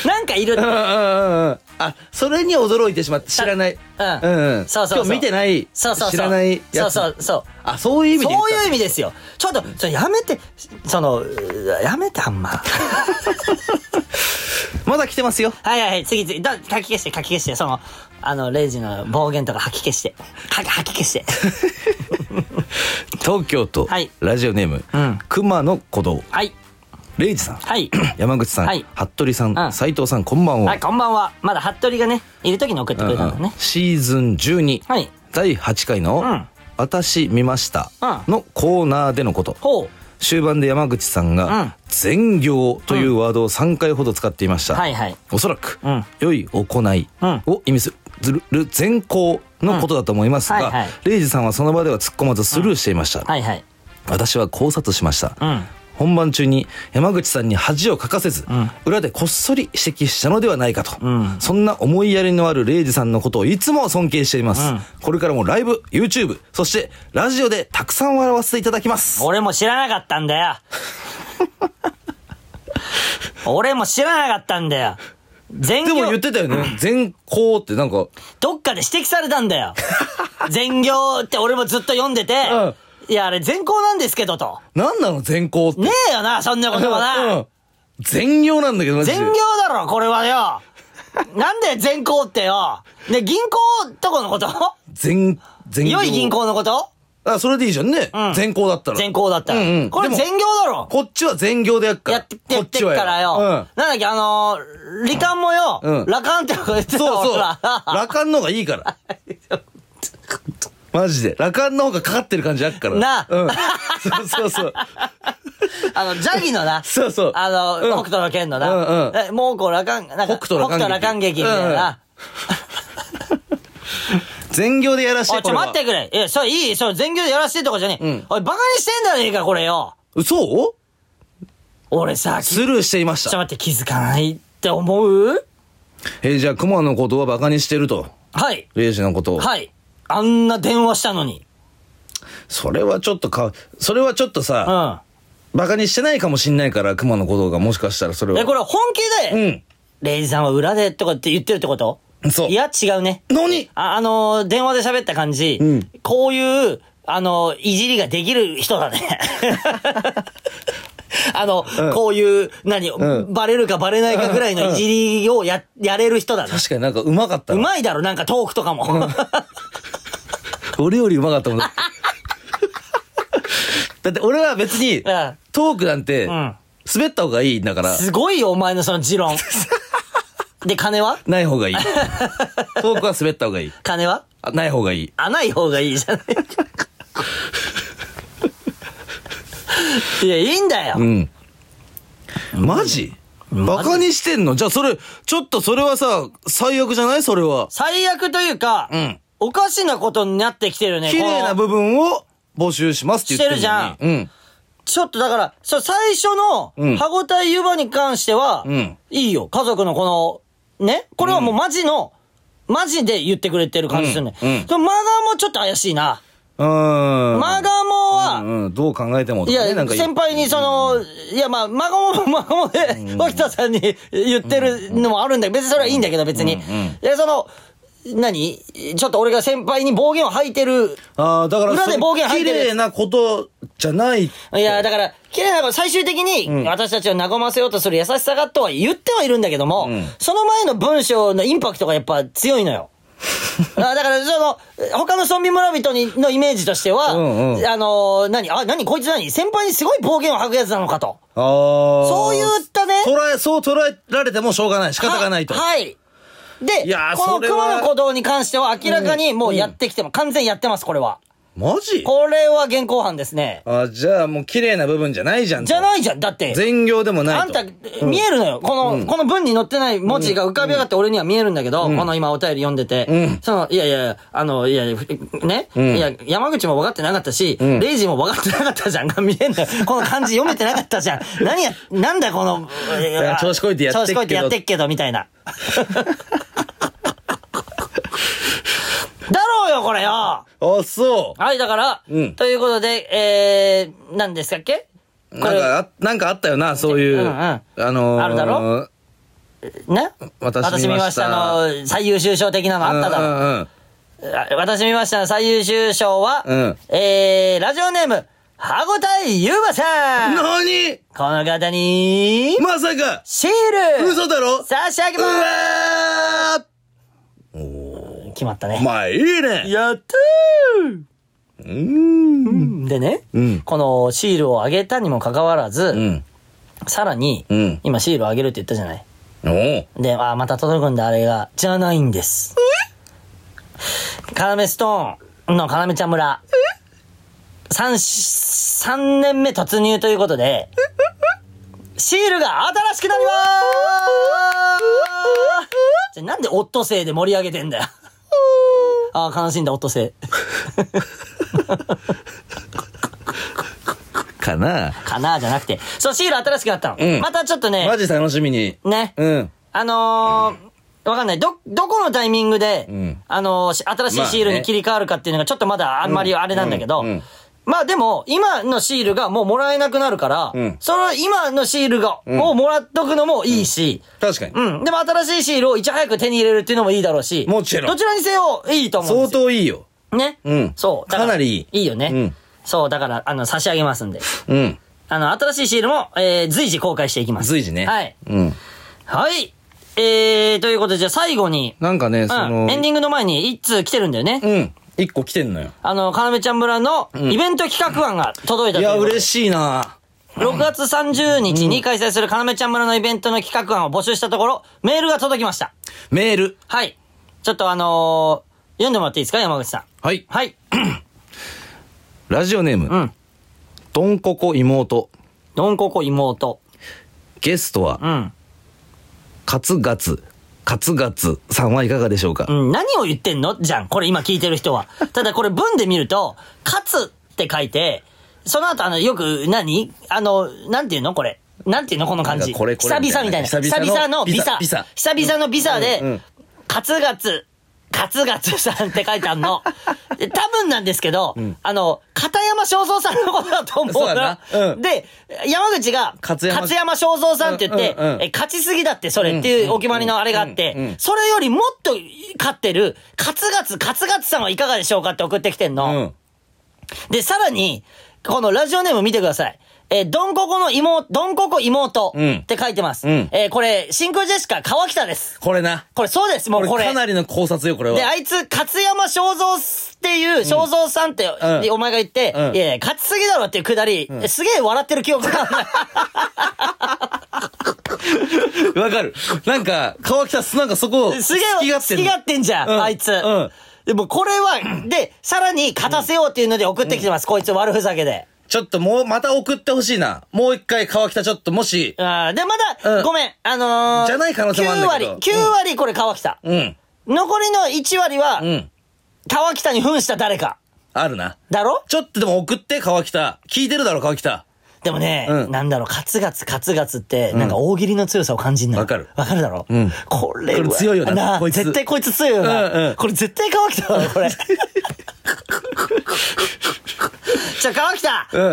Speaker 2: なんかいるって
Speaker 1: うんうんうんうんあそれに驚いてしまって知らない
Speaker 2: うん
Speaker 1: うんん
Speaker 2: そうそうそう
Speaker 1: 今日見てない
Speaker 2: そうそうそう。
Speaker 1: 知らないやつ
Speaker 2: そうそうそう。
Speaker 1: あそういう意味で言っ
Speaker 2: そう
Speaker 1: た
Speaker 2: いう意味ですよ。ちょっと、それやめて、その、やめて あんま。
Speaker 1: まだ来てますよ
Speaker 2: はいはいはい、次次、だ書き消して書き消して、その、あの、レイジの暴言とか吐き 消して。吐き吐き消して。
Speaker 1: 東京都
Speaker 2: はい
Speaker 1: ラジオネーム
Speaker 2: うん
Speaker 1: 熊野古道
Speaker 2: はい、
Speaker 1: レイジさん
Speaker 2: はい。
Speaker 1: 山口さん
Speaker 2: はい
Speaker 1: 服部さ
Speaker 2: うん
Speaker 1: ん斉藤さんこんばん
Speaker 2: は、
Speaker 1: はい
Speaker 2: こんばんは。まだ服部がね、いる時に送ってくれたの
Speaker 1: うんうん
Speaker 2: ね。
Speaker 1: シーズン12
Speaker 2: はい。
Speaker 1: 第8回の
Speaker 2: うん
Speaker 1: 「私見ました」
Speaker 2: うん
Speaker 1: のコーナーでのこと
Speaker 2: ほう。
Speaker 1: 終盤で山口さん
Speaker 2: うん
Speaker 1: が「善行」というワードを3回ほど使っていました
Speaker 2: はいはい。
Speaker 1: おそらく、
Speaker 2: うん
Speaker 1: 良い行い
Speaker 2: うん
Speaker 1: を意味する善行のことだと思いますが、
Speaker 2: うんはいはい
Speaker 1: レイジさんはその場では突っ込まずスルーしていました、
Speaker 2: はいはい。
Speaker 1: 私は考察しました、
Speaker 2: うん。
Speaker 1: 本番中に山口さんに恥をかかせず、裏でこっそり指摘したのではないかと、
Speaker 2: ん
Speaker 1: そんな思いやりのあるレイジさんのことをいつも尊敬しています、
Speaker 2: うん
Speaker 1: これからもライブ YouTube そしてラジオでたくさん笑わせていただきます
Speaker 2: 俺も知らなかったんだ よ。俺も知らなかったんだよ。全
Speaker 1: でも言
Speaker 2: 業
Speaker 1: っ、てたよね全校ってなんか
Speaker 2: どっかで指摘されたん だよ。全業って俺もずっと読んでて、
Speaker 1: うん
Speaker 2: いや、あれ全校なんですけどと。
Speaker 1: なんなの全校って
Speaker 2: ねえよな、そんなことはな。
Speaker 1: うん全業なんだけどマジで
Speaker 2: 全業だろ、これはよ。なんで全行ってよ。ね、銀行とこのこと
Speaker 1: 全全業
Speaker 2: 良い銀行のこと
Speaker 1: あそれでいいじゃんね、
Speaker 2: うん
Speaker 1: 全校だったら
Speaker 2: 全行だったら。
Speaker 1: うんうん
Speaker 2: これ
Speaker 1: でも
Speaker 2: 全業だろ。
Speaker 1: こっちは全業でやっから
Speaker 2: やってやってっ
Speaker 1: こちは
Speaker 2: からよ。なんだっけ、あのー、罹患もよ、
Speaker 1: うん
Speaker 2: 羅漢ってこと言っ
Speaker 1: う
Speaker 2: て
Speaker 1: ん、
Speaker 2: た
Speaker 1: そうそう
Speaker 2: ら。
Speaker 1: 羅漢の方がいいからマジで羅漢の方がかかってる感じあっから
Speaker 2: なあ
Speaker 1: うん、そうそうそう
Speaker 2: あの、ジャギのな。
Speaker 1: そうそう
Speaker 2: あの、
Speaker 1: うん
Speaker 2: 北斗の剣のな。
Speaker 1: うんうん
Speaker 2: えもうこう、羅漢、なんか、
Speaker 1: 北斗羅漢劇
Speaker 2: 劇みたいなな。
Speaker 1: 全業でやらして
Speaker 2: おい、ち
Speaker 1: こ
Speaker 2: ょ、
Speaker 1: れは
Speaker 2: 待ってくれ。いや、それいい、それ全業でやらせてとかじゃねえ。
Speaker 1: うん
Speaker 2: おい、バカにしてんだねえか、これよ。
Speaker 1: そう
Speaker 2: 俺さ、
Speaker 1: スルーしていまし
Speaker 2: ち
Speaker 1: た
Speaker 2: ょっと待って、気づかないって思う
Speaker 1: えーじゃあクマのことはバカにしてると
Speaker 2: はい。
Speaker 1: レイジのことを
Speaker 2: はい。あんな電話したのに。
Speaker 1: それはちょっとかそれはちょっと
Speaker 2: う
Speaker 1: さ、
Speaker 2: ん。
Speaker 1: バカにしてないかもしんないからクマのことがもしかしたらそれは
Speaker 2: え、これ本気で、
Speaker 1: うん
Speaker 2: レイジさんは裏でとかって言ってるってこと
Speaker 1: そう
Speaker 2: いや、違うね。
Speaker 1: 何
Speaker 2: あ、あのー電話で喋った感じ、
Speaker 1: うん
Speaker 2: こういう、あのーいじりができる人 だね。あの、
Speaker 1: うん
Speaker 2: こういう、何、
Speaker 1: うん
Speaker 2: バレるかバレないかぐらいのいじりをや、やれる人だね。
Speaker 1: 確かになんかうまかった
Speaker 2: う
Speaker 1: な
Speaker 2: まいだろ、なんかトークとかも。
Speaker 1: 俺よりうまかったも んだだって俺は別に
Speaker 2: うん
Speaker 1: トークなんて
Speaker 2: ん
Speaker 1: 滑った方がいいんだから
Speaker 2: すごいよ、お前のその持 論。で、金は
Speaker 1: ない方 がいいトークは滑った方がいい
Speaker 2: 金は
Speaker 1: あない方がいい
Speaker 2: あ、ない方がいいじゃ ないいや、いいんだよ。
Speaker 1: うんマジバカにしてんのじゃあそれちょっとそれはさ最悪じゃないそれは
Speaker 2: 最悪というか、
Speaker 1: うん
Speaker 2: おかしなことになってきてるね。
Speaker 1: 綺麗な
Speaker 2: この
Speaker 1: 部分を募集しますって言ってるのに
Speaker 2: してるちょっとだから、そう、最初の
Speaker 1: うん
Speaker 2: 歯応え湯葉に関しては、
Speaker 1: うん
Speaker 2: いいよ。家族のこの、ねこれはもうマジの、マジで言ってくれてる感じするね。
Speaker 1: うんうん
Speaker 2: でもマガーもちょっと怪しいな。
Speaker 1: うんうん
Speaker 2: マガーもは、
Speaker 1: うんうんどう考えても
Speaker 2: い
Speaker 1: とかね
Speaker 2: や、
Speaker 1: なんか
Speaker 2: 先輩にその、いや、まあ、孫も孫もで、脇田さんに 言ってるのもあるんだけど、別にそれはいいんだけど、別に。
Speaker 1: うんうん
Speaker 2: いや、その、何ちょっと俺が先輩に暴言を吐いてる。
Speaker 1: ああだから
Speaker 2: 裏で暴言
Speaker 1: そ
Speaker 2: 吐
Speaker 1: れ
Speaker 2: い
Speaker 1: 綺
Speaker 2: てる
Speaker 1: 麗なことじゃない
Speaker 2: いや、だから、綺麗なこと、最終的に、私たちを和ませようとする優しさがとは言ってはいるんだけども、
Speaker 1: うん
Speaker 2: その前の文章のインパクトがやっぱ強い のよ。あだから、その、他の村民村人にのイメージとしては、
Speaker 1: うんうん
Speaker 2: あの、何あ、何こいつ何先輩にすごい暴言を吐くやつなのかと。
Speaker 1: ああ。
Speaker 2: そういったね
Speaker 1: 捉え、そう捉えられてもしょうがない。仕方がないと。
Speaker 2: ははい。で、
Speaker 1: いやー
Speaker 2: こ
Speaker 1: そ
Speaker 2: の
Speaker 1: れは
Speaker 2: 熊の鼓動に関しては明らかにもうやってきても、完全やってます、これは。
Speaker 1: マジ
Speaker 2: これは現行犯ですね。
Speaker 1: あ、じゃあもう綺麗な部分じゃないじゃんと。
Speaker 2: じゃないじゃん。だって、
Speaker 1: 全業でもないと。
Speaker 2: あんた、見えるのよ。この、この文に載ってない文字が浮かび上がって俺には見えるんだけど、この今お便り読んでて、
Speaker 1: ん
Speaker 2: その、いやいや、あの、いやいや、ふね、
Speaker 1: ん
Speaker 2: いや、山口も分かってなかったし、
Speaker 1: ん
Speaker 2: レイジも分かってなかったじゃんが見えんのよ。この漢字読めてなかったじゃん。何や、なんだこの、
Speaker 1: や調子こいてやってっけど
Speaker 2: 調子こいてやってっけど、みたいな。 だろうよ、これよ
Speaker 1: あ、そ
Speaker 2: はい、だから、
Speaker 1: うん
Speaker 2: ということで、えー、何でしたっけ
Speaker 1: う。
Speaker 2: こ
Speaker 1: なん
Speaker 2: れ
Speaker 1: かあ、なんかあったよな、そういう。
Speaker 2: うんうん
Speaker 1: あのー、
Speaker 2: あるだろね
Speaker 1: 私見ました
Speaker 2: 私見ましたの最優秀賞的なのあっただろ。あ私見ましたの最優秀賞は、
Speaker 1: うん
Speaker 2: えー、ラジオネーム、歯ごたえゆうまさん
Speaker 1: うんうん。なに
Speaker 2: この方に、
Speaker 1: まさか
Speaker 2: シール
Speaker 1: 嘘だろ
Speaker 2: 差し上げ
Speaker 1: う
Speaker 2: ま
Speaker 1: わ
Speaker 2: す決まった
Speaker 1: ー
Speaker 2: ね。
Speaker 1: まあいいね
Speaker 2: やったー
Speaker 1: うーん。
Speaker 2: でね、
Speaker 1: うん
Speaker 2: このシールをあげたにもかかわらず、
Speaker 1: うん。
Speaker 2: さらに、
Speaker 1: うん
Speaker 2: 今シールをあげるって言ったじゃない。
Speaker 1: おう
Speaker 2: で、あー、また届くんだ、あれが。じゃないんです。カラメストーンのカラメちゃん村。三し、3年目突入ということで、シールが新しくなりまーすじゃなんでオットセイで盛り上げてんだよ。あー、悲しんだ、オットセイ。
Speaker 1: かな
Speaker 2: かなじゃなくて。そう、シール新しくなったの。
Speaker 1: うん
Speaker 2: またちょっとね、
Speaker 1: マジ楽しみに。
Speaker 2: ね。
Speaker 1: うん。
Speaker 2: あのー、わかんない。ど、どこのタイミングで、
Speaker 1: うん
Speaker 2: あのーし新しいシールに切り替わるかっていうのがちょっとまだあんまりあれなんだけど、
Speaker 1: うんうん
Speaker 2: まあでも、今のシールがもうもらえなくなるから、
Speaker 1: うん
Speaker 2: その今のシールが、をもらっとくのもいいし、
Speaker 1: 確かに。
Speaker 2: うん。でも新しいシールをいち早く手に入れるっていうのもいいだろうし、
Speaker 1: もちろん
Speaker 2: どちらにせよいいと思うん
Speaker 1: 相
Speaker 2: ですよ。
Speaker 1: 当いいよ。
Speaker 2: ね。
Speaker 1: うん
Speaker 2: そう。だら
Speaker 1: かなりいい
Speaker 2: いいよね。
Speaker 1: うん
Speaker 2: そう、だから、あの、差し上げますんで。
Speaker 1: うん。
Speaker 2: あの、新しいシールも、えー、随時公開していきます。
Speaker 1: 随時ね。
Speaker 2: はい。
Speaker 1: うん。
Speaker 2: はい。えー、ということで、じゃあ最後に、
Speaker 1: なんかね、そ
Speaker 2: うん、
Speaker 1: の、
Speaker 2: エンディングの前に一通来てるんだよね。
Speaker 1: うん。一個来てんのよ。
Speaker 2: あの、かなめちゃん村のイベント企画案が届いた
Speaker 1: いや、嬉
Speaker 2: しい
Speaker 1: しいな
Speaker 2: うことで。6月30日に開催するかなめちゃん村のイベントの企画案を募集したところ、メールが届きました。
Speaker 1: メール。
Speaker 2: はい。ちょっとあのー読んでもらっていいですか、山口さん。
Speaker 1: はい。
Speaker 2: はい。
Speaker 1: ラジオネー
Speaker 2: う
Speaker 1: ム、
Speaker 2: ん。
Speaker 1: ドンココ妹。
Speaker 2: ドンココ妹。
Speaker 1: ゲストは
Speaker 2: う、ん。
Speaker 1: カツガツ、カツガツさんはいかがでしょうか
Speaker 2: うん、何を言ってんのじゃん。これ今聞いてる 人は。ただこれ文で見ると、勝つって書いて、その後あの、よく何、あの、なんていうのこれ。なんていうのこの感
Speaker 1: なん
Speaker 2: じ。
Speaker 1: かこれこれ
Speaker 2: 久々みたいな。
Speaker 1: 久
Speaker 2: 久
Speaker 1: 々の
Speaker 2: 々のビザ。
Speaker 1: ビザ
Speaker 2: 久々のビザ
Speaker 1: うんう
Speaker 2: で
Speaker 1: ん、
Speaker 2: カツガツ、カツガツさんって書いてあ んの。で多分なんですけど、あの、片山正蔵さんのことだと思うな
Speaker 1: そうだなうん
Speaker 2: で、山口が、
Speaker 1: 勝
Speaker 2: 勝
Speaker 1: 山
Speaker 2: 山正蔵さんって言っ
Speaker 1: う
Speaker 2: て、
Speaker 1: んうんうん
Speaker 2: え勝ちすぎだってそれっていうお決まりのあれがあって、
Speaker 1: うんうんうん
Speaker 2: それよりもっと勝ってる、カツガツ、カツガツさんはいかがでしょうかって送ってきてん
Speaker 1: う
Speaker 2: の。
Speaker 1: ん。
Speaker 2: で、さらに、このラジオネーム見てください。えードンココの妹、ドンココ妹
Speaker 1: うん
Speaker 2: って書いてます。
Speaker 1: うん
Speaker 2: えーこれ、真空ジェシカ、川北です。
Speaker 1: これな。
Speaker 2: これそうです、も
Speaker 1: こ
Speaker 2: う
Speaker 1: れ
Speaker 2: これ。
Speaker 1: かなりの考察よ、これ
Speaker 2: で、
Speaker 1: は。
Speaker 2: あいつ、勝山正蔵っていう、正蔵さんって、
Speaker 1: うん
Speaker 2: でお前が言って、
Speaker 1: うん
Speaker 2: いやいや、勝ちすぎだろっていうくだり、すげえ笑ってる記憶がある
Speaker 1: わかる。なんか、川北、なんかそこ、
Speaker 2: すげえ
Speaker 1: 好きが
Speaker 2: 好
Speaker 1: って
Speaker 2: き
Speaker 1: んの
Speaker 2: がってんじゃん、
Speaker 1: うん
Speaker 2: あいつ。
Speaker 1: うん
Speaker 2: でもこれは、 で、さらに勝たせようっていうので送ってきてます、こいつ悪ふざけで。
Speaker 1: ちょっともう、また送ってほしいな。もう一回川北ちょっと、もし、
Speaker 2: あーで、まだ、
Speaker 1: うん
Speaker 2: ごめん、あのー、
Speaker 1: じゃない可能性もあるんだけど
Speaker 2: 9割、9割これ川北。
Speaker 1: うん。
Speaker 2: 残りの1割は、
Speaker 1: うん。
Speaker 2: 川北に扮した誰か。
Speaker 1: あるな。
Speaker 2: だろ
Speaker 1: ちょっとでも送って、川北。聞いてるだろ、川北。
Speaker 2: でもね、
Speaker 1: うん
Speaker 2: なんだろう、カツガツカツガツって、なんか大喜利の強さを感じんのよ
Speaker 1: わかる
Speaker 2: わかるだろ
Speaker 1: ん
Speaker 2: これは
Speaker 1: これ強いよな
Speaker 2: なあ
Speaker 1: こいつ
Speaker 2: 絶対こいつ強いよな。
Speaker 1: うんうん
Speaker 2: これ絶対川北だ わ、これ。じゃあ川北、
Speaker 1: うん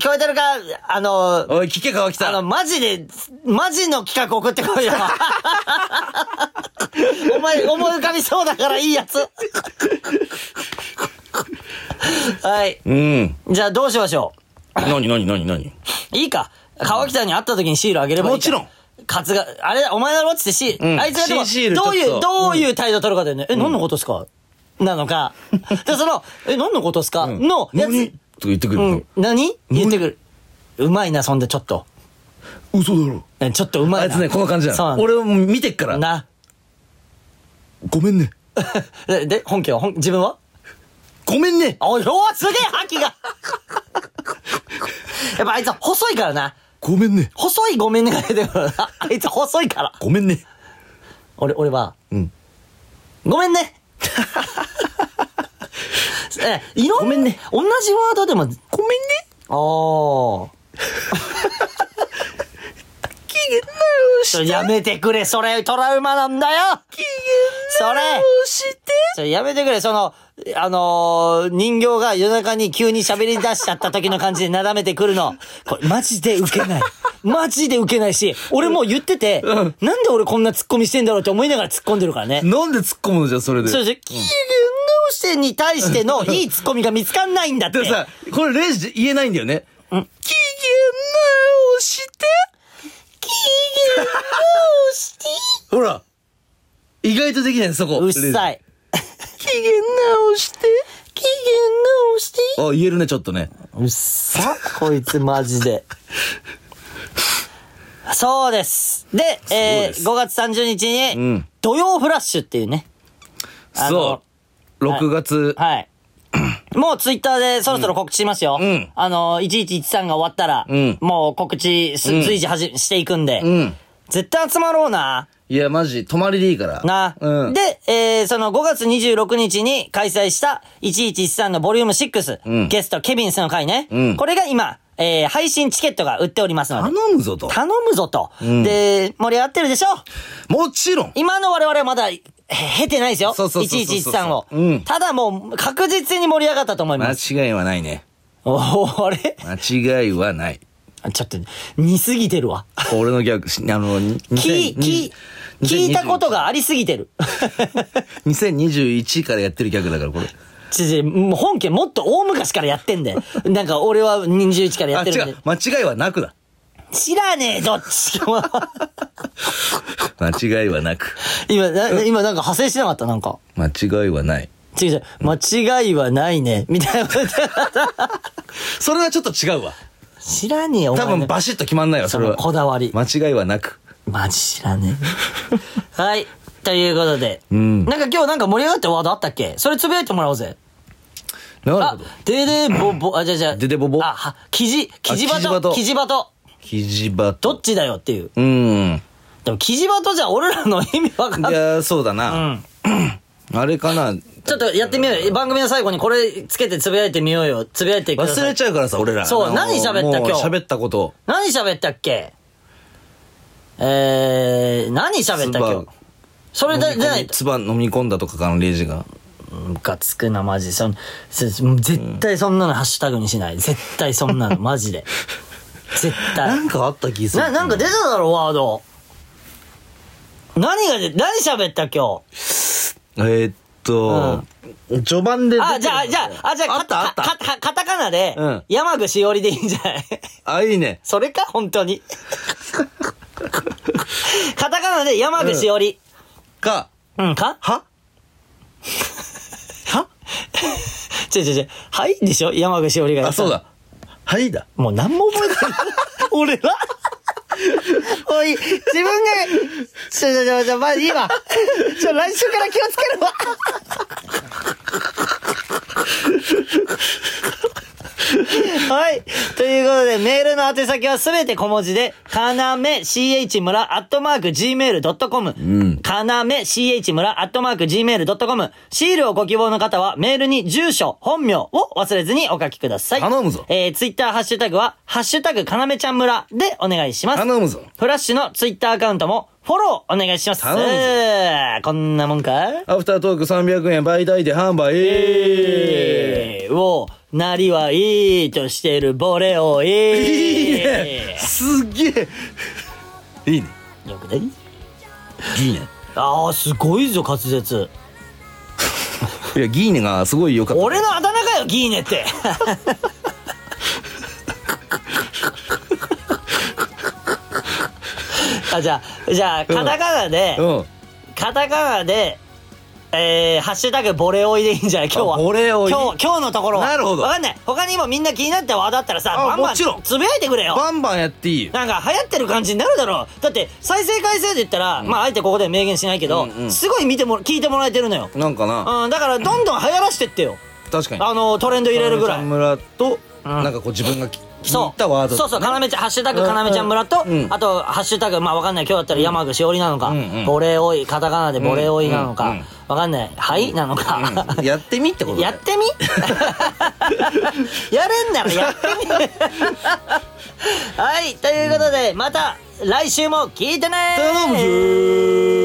Speaker 2: 聞こえてるかあの、
Speaker 1: おい、聞け、川
Speaker 2: あの、
Speaker 1: 北。
Speaker 2: マジで、マジの企画送って こいよ。お前、思い浮かびそうだからいいやつ。はい。
Speaker 1: うん。
Speaker 2: じゃあどうしましょう
Speaker 1: なになになになに
Speaker 2: いいか。川北に会った時にシールあげればいいか。
Speaker 1: もちろん。
Speaker 2: カツが、あれだ、お前だろっつってシール、
Speaker 1: うん
Speaker 2: あいつがでも
Speaker 1: シールちょっ
Speaker 2: ど
Speaker 1: と
Speaker 2: ういう、どういう態度取るかだよね。え、何のことっすかな のか。で、その、え、何のことっすかのや
Speaker 1: 何
Speaker 2: つ
Speaker 1: とか、言ってくる
Speaker 2: う
Speaker 1: の
Speaker 2: ん。何言ってくる。うまいな、そんでちょっと。
Speaker 1: 嘘だろ。
Speaker 2: ねちょっとうま
Speaker 1: あ
Speaker 2: い
Speaker 1: い
Speaker 2: な。
Speaker 1: つね、この感じな
Speaker 2: そう
Speaker 1: の。
Speaker 2: なんだ
Speaker 1: 俺も見てっから。
Speaker 2: な。
Speaker 1: ごめんね。
Speaker 2: で、で本家は、本自分は
Speaker 1: ごめんね。
Speaker 2: おい、おーすげえ覇気 がやっぱあいつは細いからな。
Speaker 1: ごめんね。
Speaker 2: 細いごめんねが出てくるな。あいつ細いから。
Speaker 1: ごめんね。
Speaker 2: 俺、俺は、
Speaker 1: うん。
Speaker 2: ごめ んね。え、いろんな、ごめんね。同じワードで
Speaker 1: ご
Speaker 2: も、
Speaker 1: めんね。
Speaker 2: ああ。
Speaker 1: 機嫌直
Speaker 2: それやめてくれ、それトラウマなんだよ
Speaker 1: 機
Speaker 2: それ
Speaker 1: して。
Speaker 2: それやめてくれ、その、あのー人形が夜中に急に喋り出しちゃった時の感じでなだめてくるの。これマジでウケ ない。マジでウケないし、俺もう言ってて、
Speaker 1: うん
Speaker 2: なんで俺こんな突っ込みしてんだろうって思いながら突っ込んでるからね。
Speaker 1: なんで突っ込むのじゃあそれで。
Speaker 2: そうです機嫌直してに対してのいい突っ込みが見つかんないんだって。
Speaker 1: でさ、これレイジ言えないんだよね。機嫌直 して。
Speaker 2: 機嫌直して
Speaker 1: ほら。意外とできない、そこ。
Speaker 2: うっさ
Speaker 1: い。
Speaker 2: い。
Speaker 1: 機嫌直して。
Speaker 2: 機嫌直して
Speaker 1: あ、言えるね、ちょっとね。
Speaker 2: うっさ、こいつマジで。そうです。で、えー、
Speaker 1: す
Speaker 2: 5月30日に、
Speaker 1: うん
Speaker 2: 土曜フラッシュっていうね。あの
Speaker 1: そう。
Speaker 2: はい
Speaker 1: 6月。
Speaker 2: はい。もうツイッターでそろそろ告知しますよ。
Speaker 1: うん
Speaker 2: あの、1113が終わったら、
Speaker 1: うん
Speaker 2: もう告知す、
Speaker 1: ん
Speaker 2: 随時はじしていくんで、
Speaker 1: うん。
Speaker 2: 絶対集まろうな。
Speaker 1: いや、マジ、泊まりでいいから。
Speaker 2: な、
Speaker 1: うん。
Speaker 2: で、えー、その5月26日に開催した1113のボリューム6、
Speaker 1: うん
Speaker 2: ゲストケビンスの回ね、
Speaker 1: うん
Speaker 2: これが今、えー配信チケットが売っておりますので
Speaker 1: 頼、むぞと。
Speaker 2: 頼むぞと。
Speaker 1: うん
Speaker 2: で、盛り上がってるでしょ
Speaker 1: もちろん
Speaker 2: 今の我々はまだ、へ経てないですよ。
Speaker 1: そうそうそうそうそう
Speaker 2: 1113を。
Speaker 1: うん
Speaker 2: ただもう、確実に盛り上がったと思い
Speaker 1: 間
Speaker 2: ます。
Speaker 1: 違いはないね。
Speaker 2: おおあれ
Speaker 1: 間違いはない。
Speaker 2: ちょっと、似すぎてるわ。
Speaker 1: 俺のギャグし、あの、に
Speaker 2: 聞い、聞い、聞いたこと。がありすぎてる。
Speaker 1: 2021からやってるギャグだから、これ。
Speaker 2: ちち、もう本家もっと大昔からやってんだよ。なんか俺は21からや
Speaker 1: あ、
Speaker 2: って
Speaker 1: 違
Speaker 2: るんで
Speaker 1: う。。間違いはなくだ。
Speaker 2: 知らねえ、どっちも。
Speaker 1: 間違いはなく。
Speaker 2: 今、な今なんか派生してなかった、なんか。
Speaker 1: 間違いはない。
Speaker 2: 違う違う、間違いはないね。みたいな。
Speaker 1: それはちょっと違うわ。
Speaker 2: 知らねえ、お前
Speaker 1: 多
Speaker 2: の。
Speaker 1: 分バシッと決まんないわ、それ
Speaker 2: その
Speaker 1: は。
Speaker 2: こだわり。
Speaker 1: 間違いはなく。
Speaker 2: マジ知らねえ。はい。ということで。
Speaker 1: ん
Speaker 2: なんか今日なんか盛り上がったワードあったっけそれつぶやいてもらおうぜ。
Speaker 1: なるほ
Speaker 2: あ
Speaker 1: ど。、
Speaker 2: ででぼぼ、あ、じゃあじゃあ。
Speaker 1: ででぼぼ
Speaker 2: あ、は、きじ、きじば
Speaker 1: あキジバ
Speaker 2: と、
Speaker 1: ト
Speaker 2: きじばと。
Speaker 1: キジバト。
Speaker 2: どっちだよっていう。
Speaker 1: うん。い
Speaker 2: でも、きじばとじゃ俺らの意味わかんない。
Speaker 1: や、そうだな。
Speaker 2: うん。
Speaker 1: あれかな。
Speaker 2: ちょっとやってみようよ。番組の最後にこれつけてつぶやいてみようよ。つぶやいてくだ
Speaker 1: 忘
Speaker 2: さい。
Speaker 1: れちゃうからさ、俺ら。
Speaker 2: そう
Speaker 1: あの
Speaker 2: 何喋った
Speaker 1: もう
Speaker 2: 今日
Speaker 1: 喋ったこと。
Speaker 2: 何喋ったっけえー、何喋ったっけそれ
Speaker 1: 飲み
Speaker 2: だ、
Speaker 1: 込
Speaker 2: じゃない
Speaker 1: み唾飲み込んだとかかのレイジが。
Speaker 2: ムカつくな、マジ。そんせ絶対そんなのハッシュタグにしない。絶対そん なの、マジで。絶対。
Speaker 1: なんかあった気する。
Speaker 2: な、なんか出ただろ、ワード。何がで、何喋った今日。
Speaker 1: えーっと、序盤で出てる
Speaker 2: あ、じゃあ、じゃあ、あ、じゃあ、
Speaker 1: あったあった。
Speaker 2: カタカタカナで
Speaker 1: うん、
Speaker 2: 山口しおりでいいんじゃない
Speaker 1: あ、いいね。
Speaker 2: それか、本当に。カタカナで山口しおり。
Speaker 1: か、
Speaker 2: うん、か
Speaker 1: はは
Speaker 2: ちょちょちょ、はいでしょ山口しおりが言
Speaker 1: あ、
Speaker 2: った
Speaker 1: そう。だ。はいだ。
Speaker 2: もう何も覚えてない。俺はおい、自分が、ちょちょちょちょ、まじ今、ちょ、来週から気をつけるわ。はい。ということで、メールの宛先はすべて小文字で、かなめ ch 村アットマーク gmail.com。
Speaker 1: ん
Speaker 2: かなめ ch 村アットマーク gmail.com。シールをご希望の方は、メールに住所、本名を忘れずにお書きください。
Speaker 1: 頼むぞ
Speaker 2: えー、ツイッターハッシュタグは、ハッシュタグかなめちゃん村でお願いします。
Speaker 1: 頼むぞ。
Speaker 2: フラッシュのツイッターアカウントも、フォローお願いします。
Speaker 1: 頼む
Speaker 2: こんなもんか
Speaker 1: アフタートーク300円売買で販売。え
Speaker 2: えーを、なりはいいとしてるボレをい
Speaker 1: ーいい
Speaker 2: い
Speaker 1: ね。すげえ。いいね。
Speaker 2: よくない
Speaker 1: ギーネ。
Speaker 2: ああ、すごいぞ、滑舌。
Speaker 1: いや、ギーネがすごい良かった。
Speaker 2: 俺のあだ名かよ、ギー ネって。あ、じゃあ、じゃあ、カタカナで、
Speaker 1: うん。
Speaker 2: カタカナで、えー、ハッシュタグボレオイでいいんじゃない今日は。
Speaker 1: あボレオイ
Speaker 2: 今日、今日のところは。
Speaker 1: なるほど
Speaker 2: わかんない。他にもみんな気になったワードあったらさ、
Speaker 1: あ
Speaker 2: バンバン
Speaker 1: もちろん
Speaker 2: つぶやいてくれよ。
Speaker 1: バンバンやっていいよ。
Speaker 2: なんか流行ってる感じになるだろう。だって、再生回数で言ったら、まあ、あえてここでは明言しないけど、
Speaker 1: うんうん
Speaker 2: すごい見ても、聞いてもらえてるのよ。
Speaker 1: なんかな。
Speaker 2: うん、だからどんどん流行らしてってよ。
Speaker 1: 確かに。
Speaker 2: あの、トレンド入れるぐら
Speaker 1: カ
Speaker 2: い
Speaker 1: ナメちゃん。村と、
Speaker 2: うん
Speaker 1: なんかこう自分が気気に入
Speaker 2: そ
Speaker 1: ったワー
Speaker 2: う。
Speaker 1: ド。
Speaker 2: そうそう、かなめちゃん、ハッシュタグかなめちゃん村と、
Speaker 1: うん
Speaker 2: あと、ハッシュタグ、まあわかんない、今日だったら山口しおりなのか、
Speaker 1: うんうん
Speaker 2: ボレー多い、カタカナでボレー多いなのか、
Speaker 1: うんうん
Speaker 2: わかんない、はいなのか。
Speaker 1: うん やってみってことだよ
Speaker 2: やってみ やれんならやってみ はい、ということで、また来週も聞いてね
Speaker 1: 頼むぞー